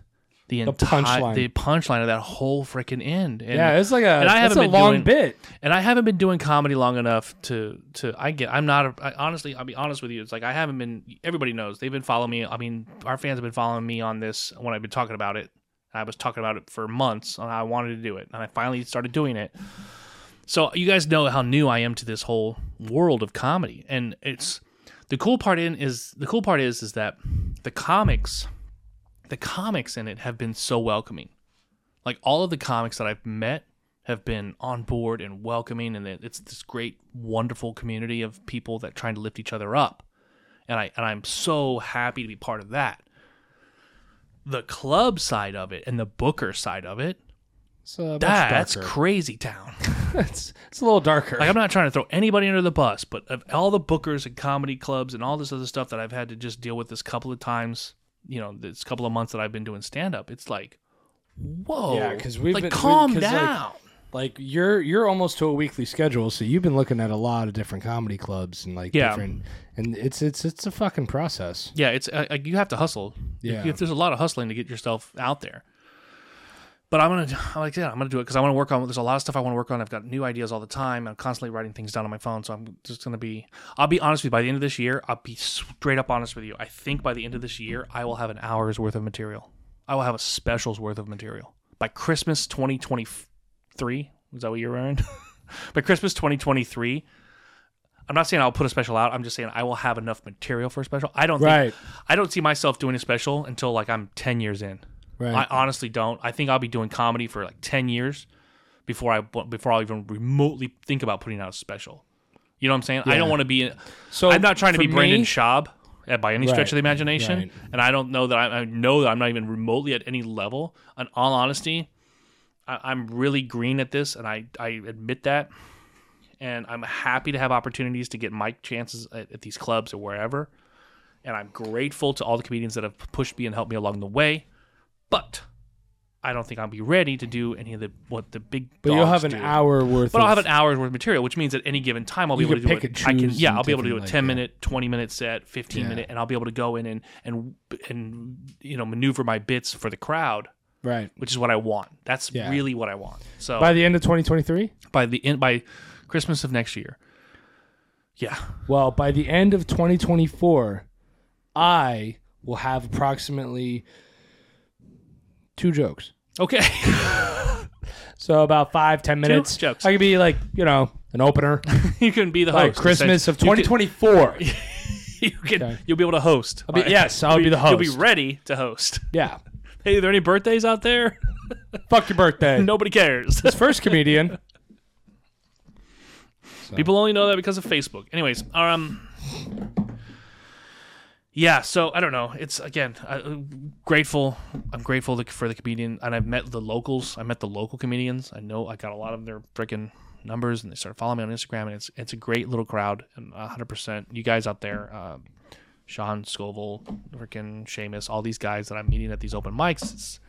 [SPEAKER 1] the, entire
[SPEAKER 2] punchline.
[SPEAKER 1] the punchline of that whole freaking end." And,
[SPEAKER 2] Yeah, it's like a,
[SPEAKER 1] and I
[SPEAKER 2] it's
[SPEAKER 1] haven't
[SPEAKER 2] a
[SPEAKER 1] been
[SPEAKER 2] long
[SPEAKER 1] doing-
[SPEAKER 2] bit.
[SPEAKER 1] and I haven't been doing comedy long enough to to I get I'm not a, I, honestly I'll be honest with you it's like I haven't been everybody knows they've been following me I mean our fans have been following me on this when I've been talking about it I was talking about it for months and I wanted to do it and I finally started doing it so you guys know how new I am to this whole world of comedy and it's the cool part in is the cool part is is that the comics the comics in it have been so welcoming like all of the comics that I've met have been on board and welcoming, and it- it's this great, wonderful community of people that trying to lift each other up, and I and I'm so happy to be part of that. The club side of it and the Booker side of it,
[SPEAKER 2] It's a much
[SPEAKER 1] that's
[SPEAKER 2] darker.
[SPEAKER 1] crazy town.
[SPEAKER 2] it's, it's a little darker.
[SPEAKER 1] Like I'm not trying to throw anybody under the bus, but of all the bookers and comedy clubs and all this other stuff that I've had to just deal with this couple of times, you know, this couple of months that I've been doing stand up, it's like, whoa,
[SPEAKER 2] Yeah, 'cause we've
[SPEAKER 1] like
[SPEAKER 2] been- we-
[SPEAKER 1] calm
[SPEAKER 2] 'cause, like,
[SPEAKER 1] down.
[SPEAKER 2] like you're you're almost to a weekly schedule, so you've been looking at a lot of different comedy clubs and like
[SPEAKER 1] Yeah.
[SPEAKER 2] different, and it's it's it's a fucking process.
[SPEAKER 1] yeah, it's uh, like you have to hustle.
[SPEAKER 2] Yeah.
[SPEAKER 1] You- there's a lot of hustling to get yourself out there. But I'm gonna like yeah, I'm gonna do it because I want to work on. There's a lot of stuff I want to work on. I've got new ideas all the time. I'm constantly writing things down on my phone, so I'm just gonna be. I'll be honest with you. By the end of this year, I'll be straight up honest with you. I think by the end of this year, I will have an hour's worth of material. I will have a specials worth of material by Christmas 2023. Is that what you're wearing? by Christmas 2023. I'm not saying I'll put a special out. I'm just saying I will have enough material for a special. I don't
[SPEAKER 2] Right.
[SPEAKER 1] think I don't see myself doing a special until like I'm 10 years in.
[SPEAKER 2] Right.
[SPEAKER 1] I honestly don't. I think I'll be doing comedy for like 10 years before I before I'll even remotely think about putting out a special. You know what I'm saying? I don't want to be so
[SPEAKER 2] So,
[SPEAKER 1] I'm not trying to
[SPEAKER 2] for
[SPEAKER 1] be Brandon
[SPEAKER 2] me-
[SPEAKER 1] Schaub at, by any stretch of the
[SPEAKER 2] Right,
[SPEAKER 1] imagination,
[SPEAKER 2] right.
[SPEAKER 1] and I don't know that I, I know that I'm not even remotely at any level. In all honesty, I, I'm really green at this, and I I admit that and I'm happy to have opportunities to get mic chances at, at these clubs or wherever. And I'm grateful to all the comedians that have pushed me and helped me along the way. But I don't think I'll be ready to do any of the what the big.
[SPEAKER 2] But you'll
[SPEAKER 1] dogs
[SPEAKER 2] have an
[SPEAKER 1] do.
[SPEAKER 2] hour worth.
[SPEAKER 1] But
[SPEAKER 2] of,
[SPEAKER 1] I'll have an hour's worth of material, which means at any given time I'll be
[SPEAKER 2] You
[SPEAKER 1] able to
[SPEAKER 2] can
[SPEAKER 1] do
[SPEAKER 2] pick
[SPEAKER 1] it.
[SPEAKER 2] and
[SPEAKER 1] I can,
[SPEAKER 2] choose
[SPEAKER 1] yeah,
[SPEAKER 2] and
[SPEAKER 1] I'll be able to do a
[SPEAKER 2] different, like,
[SPEAKER 1] ten
[SPEAKER 2] yeah.
[SPEAKER 1] minute, twenty minute set, fifteen
[SPEAKER 2] Yeah.
[SPEAKER 1] minute, and I'll be able to go in and and and you know maneuver my bits for the crowd,
[SPEAKER 2] right
[SPEAKER 1] which is what I want. That's
[SPEAKER 2] Yeah.
[SPEAKER 1] really what I want. So
[SPEAKER 2] by the end of 2023.
[SPEAKER 1] by the end by Christmas of next year. Yeah,
[SPEAKER 2] Well, by the end of 2024, I will have approximately two jokes.
[SPEAKER 1] Okay.
[SPEAKER 2] So about five ten minutes.
[SPEAKER 1] jokes.
[SPEAKER 2] I could be like you know an opener,
[SPEAKER 1] you can be the host.
[SPEAKER 2] like Christmas of
[SPEAKER 1] essentially. You
[SPEAKER 2] 2024.
[SPEAKER 1] can- You can, you'll be able to host.
[SPEAKER 2] be- yes, I'll
[SPEAKER 1] You'll
[SPEAKER 2] be the
[SPEAKER 1] You'll be
[SPEAKER 2] host.
[SPEAKER 1] ready to host.
[SPEAKER 2] yeah.
[SPEAKER 1] Hey, are there any birthdays out there?
[SPEAKER 2] Fuck your birthday.
[SPEAKER 1] Nobody cares.
[SPEAKER 2] First comedian.
[SPEAKER 1] People only know that because of Facebook. Anyways, um, yeah. So I don't know. It's again I, uh, grateful. I'm grateful to, for the comedian, and I've met the locals. I met the local comedians. I know I got a lot of their freaking numbers, and they started following me on Instagram, and it's it's a great little crowd. And 100, percent you guys out there, um, Sean Scoville, freaking Seamus, all these guys that I'm meeting at these open mics. It's,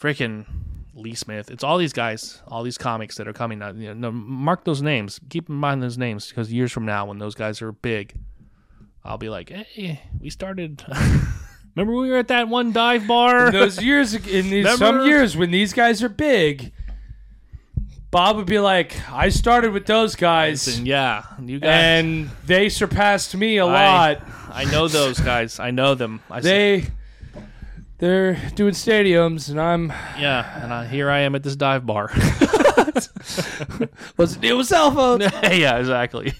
[SPEAKER 1] freaking Lee Smith. It's all these guys, all these comics that are coming. out. You know, mark those names. Keep in mind those names because years from now, when those guys are big, I'll be like, "Hey, we started. Remember we were at that one dive bar?
[SPEAKER 2] in those years in these
[SPEAKER 1] Remember?
[SPEAKER 2] some years when these guys are big bob would be like i started with those guys
[SPEAKER 1] And yeah, you guys.
[SPEAKER 2] and they surpassed me a
[SPEAKER 1] I-
[SPEAKER 2] lot
[SPEAKER 1] I know those guys. I know them. I see,
[SPEAKER 2] they they're doing stadiums and i'm
[SPEAKER 1] yeah, and I, here I am at this dive bar.
[SPEAKER 2] what's the deal with cell phones
[SPEAKER 1] yeah, exactly.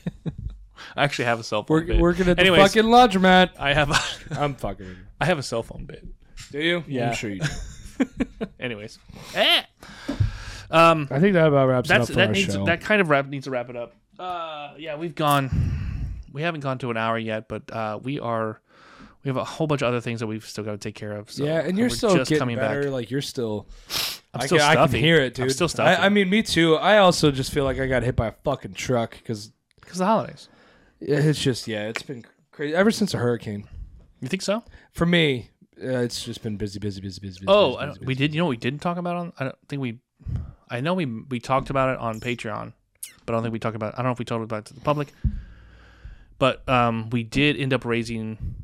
[SPEAKER 1] I actually have a cell phone.
[SPEAKER 2] we're
[SPEAKER 1] bit.
[SPEAKER 2] working at the
[SPEAKER 1] Anyways,
[SPEAKER 2] fucking laundromat
[SPEAKER 1] I have a,
[SPEAKER 2] i'm fucking with you.
[SPEAKER 1] I have a cell phone bit.
[SPEAKER 2] do you yeah i'm sure you do
[SPEAKER 1] Anyways, eh.
[SPEAKER 2] i think that about wraps it
[SPEAKER 1] that's
[SPEAKER 2] up for
[SPEAKER 1] that
[SPEAKER 2] our
[SPEAKER 1] needs
[SPEAKER 2] show
[SPEAKER 1] that kind of wrap needs to wrap it up. Uh, yeah, we've gone. We haven't gone to an hour yet, but uh, we are. We have a whole bunch of other things that we've still got to take care of. So
[SPEAKER 2] yeah, and you're
[SPEAKER 1] we're
[SPEAKER 2] still
[SPEAKER 1] just
[SPEAKER 2] getting
[SPEAKER 1] coming
[SPEAKER 2] better.
[SPEAKER 1] back.
[SPEAKER 2] Like you're still.
[SPEAKER 1] I'm
[SPEAKER 2] I
[SPEAKER 1] still
[SPEAKER 2] can, I
[SPEAKER 1] stuffy.
[SPEAKER 2] can hear it, dude.
[SPEAKER 1] I'm still
[SPEAKER 2] I-
[SPEAKER 1] stuffy.
[SPEAKER 2] I, mean, me too. I also just feel like I got hit by a fucking truck because
[SPEAKER 1] because the holidays.
[SPEAKER 2] it's just yeah, it's been crazy ever since the hurricane.
[SPEAKER 1] You think so?
[SPEAKER 2] For me, uh, it's just been busy, busy, busy, busy. busy,
[SPEAKER 1] Oh,
[SPEAKER 2] busy,
[SPEAKER 1] I
[SPEAKER 2] busy,
[SPEAKER 1] don't, we did. You know, what we didn't talk about on. I don't think we. I know we we talked about it on Patreon, but I don't think we talked about. I don't know if we talked about it to the public. But um, we did end up raising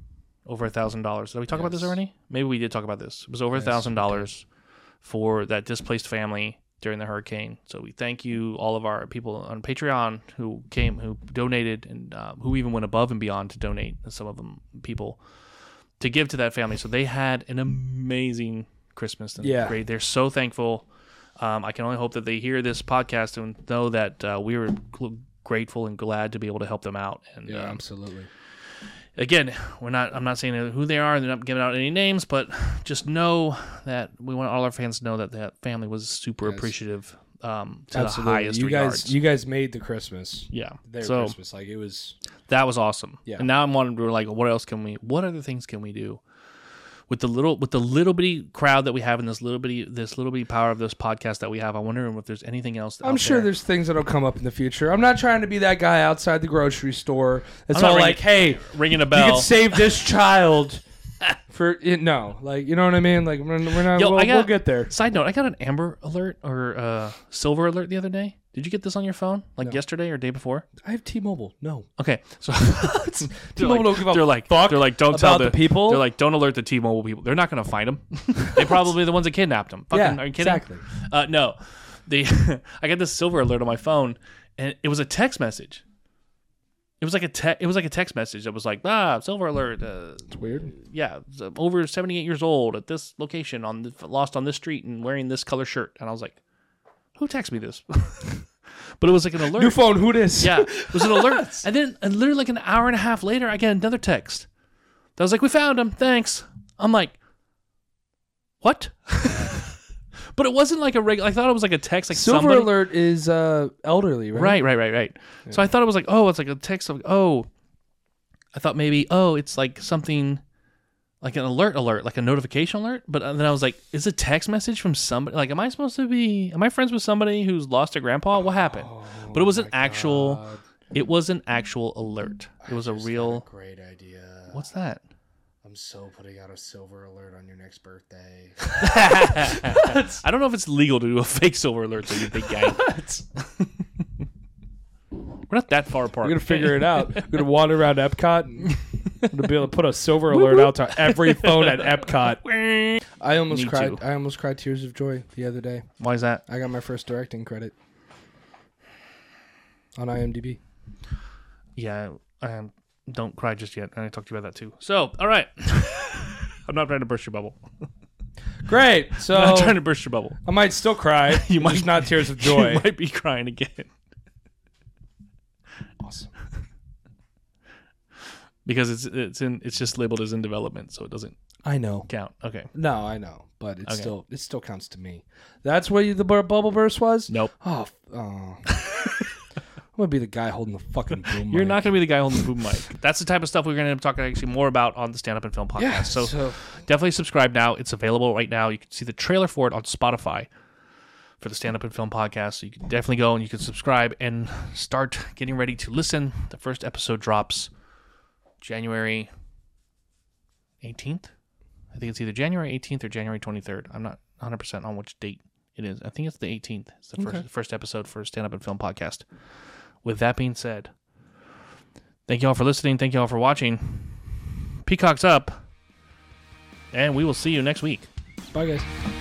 [SPEAKER 1] over a thousand dollars. Did we talk about this already? Maybe we did talk about this. It was over a thousand dollars for that displaced family during the hurricane. So we thank you all of our people on Patreon who came, who donated, and uh, who even went above and beyond to donate. and Some of them people to give to that family. So they had an amazing Christmas. And
[SPEAKER 2] Yeah.
[SPEAKER 1] great. They're so thankful. Um, I can only hope that they hear this podcast and know that uh, we were gl- grateful and glad to be able to help them out. And
[SPEAKER 2] Yeah,
[SPEAKER 1] um,
[SPEAKER 2] absolutely.
[SPEAKER 1] again, we're not. I'm not saying who they are. They're not giving out any names, but just know that we want all our fans to know that that family was super appreciative um, to
[SPEAKER 2] absolutely.
[SPEAKER 1] the highest
[SPEAKER 2] you
[SPEAKER 1] regards.
[SPEAKER 2] guys, you guys made the Christmas.
[SPEAKER 1] yeah.
[SPEAKER 2] Their
[SPEAKER 1] so
[SPEAKER 2] Christmas, like it was.
[SPEAKER 1] that was awesome.
[SPEAKER 2] Yeah.
[SPEAKER 1] And now I'm wanting to we're like, what else can we? What other things can we do with the little with the little bitty crowd that we have and this little bitty this little bitty power of this podcast that we have? I wonder if there's anything else.
[SPEAKER 2] I'm
[SPEAKER 1] out
[SPEAKER 2] sure
[SPEAKER 1] there.
[SPEAKER 2] there's things that'll come up in the future. I'm not trying to be that guy outside the grocery store. It's
[SPEAKER 1] I'm not
[SPEAKER 2] all
[SPEAKER 1] ringing-
[SPEAKER 2] like, hey,
[SPEAKER 1] ringing a
[SPEAKER 2] you
[SPEAKER 1] bell.
[SPEAKER 2] can save this child for it, no like you know what i mean like we're, we're not
[SPEAKER 1] Yo,
[SPEAKER 2] we'll,
[SPEAKER 1] I got,
[SPEAKER 2] we'll get there
[SPEAKER 1] Side note: I got an amber alert or uh, silver alert the other day. Did you get this on your phone like yesterday or day before?
[SPEAKER 2] i have t-mobile no
[SPEAKER 1] Okay, so it's, they're,
[SPEAKER 2] T-Mobile
[SPEAKER 1] like,
[SPEAKER 2] don't give a
[SPEAKER 1] they're like, they're like, don't tell
[SPEAKER 2] about the people.
[SPEAKER 1] They're like, don't alert the T-Mobile people. They're not going to find them. they probably the ones that kidnapped them. Fucking,
[SPEAKER 2] Yeah,
[SPEAKER 1] are you kidding?
[SPEAKER 2] exactly.
[SPEAKER 1] Uh, no, the I got this silver alert on my phone, and it was a text message. It was like a te- it was like a text message that was like, ah, silver alert. Uh,
[SPEAKER 2] it's weird
[SPEAKER 1] yeah, it's, uh, over 78 years old at this location on the, lost on this street and wearing this color shirt. And I was like, who texted me this? but it was like an alert.
[SPEAKER 2] new phone who this
[SPEAKER 1] Yeah, it was an alert. and then and literally like an hour and a half later, I get another text. That was like, we found him. Thanks. I'm like, what? but it wasn't like a regular. I thought it was like a text. Like
[SPEAKER 2] silver
[SPEAKER 1] somebody-
[SPEAKER 2] alert is uh elderly
[SPEAKER 1] Right,
[SPEAKER 2] right,
[SPEAKER 1] right, right, right. So I thought it was like, oh, it's like a text of, oh, I thought maybe, oh, it's like something, like an alert, alert, like a notification alert. But uh, then I was like, is a text message from somebody? Like, am I supposed to be? Am I friends with somebody who's lost their grandpa? What happened? but it was an actual. It was an actual alert. It was a real.
[SPEAKER 10] Great idea.
[SPEAKER 1] What's that?
[SPEAKER 10] I'm so putting out a silver alert on your next birthday.
[SPEAKER 1] I don't know if it's legal to do a fake silver alert to you big guy. We're not that far apart.
[SPEAKER 2] we're gonna figure it out we're gonna wander around epcot and we're gonna be able to put a silver alert out to every phone at epcot
[SPEAKER 11] I almost
[SPEAKER 1] Me
[SPEAKER 11] cried.
[SPEAKER 1] too.
[SPEAKER 11] I almost cried tears of joy the other day.
[SPEAKER 1] Why is that?
[SPEAKER 11] I got my first directing credit on IMDb.
[SPEAKER 1] Yeah, um, don't cry just yet. I talked to you about that too. So, all right. I'm not trying to burst your bubble.
[SPEAKER 2] great so
[SPEAKER 1] I'm not trying to burst your bubble.
[SPEAKER 2] i might still cry you might not tears of joy
[SPEAKER 1] You might be crying again. Awesome. because it's it's in it's just labeled as in development, so it doesn't
[SPEAKER 2] i know
[SPEAKER 1] count. Okay.
[SPEAKER 2] no i know but it
[SPEAKER 1] Okay.
[SPEAKER 2] still it still counts to me that's where you, the bu- bubble burst was
[SPEAKER 1] Nope.
[SPEAKER 2] Oh, f- oh. I'm gonna be the guy holding the fucking boom.
[SPEAKER 1] You're not going to be the guy holding the boom mic. That's the type of stuff we're going to end up talking actually more about on the Stand Up and Film podcast. so, definitely subscribe now. It's available right now. You can see the trailer for it on Spotify for the Stand Up and Film podcast. So you can definitely go and you can subscribe and start getting ready to listen. The first episode drops January 18th. I think it's either January 18th or January 23rd. I'm not 100% on which date it is. I think it's the 18th. It's the first first episode for Stand Up and Film podcast. With that being said, Thank you all for listening. Thank you all for watching. Peacock's up. And we will see you next week.
[SPEAKER 2] Bye, guys.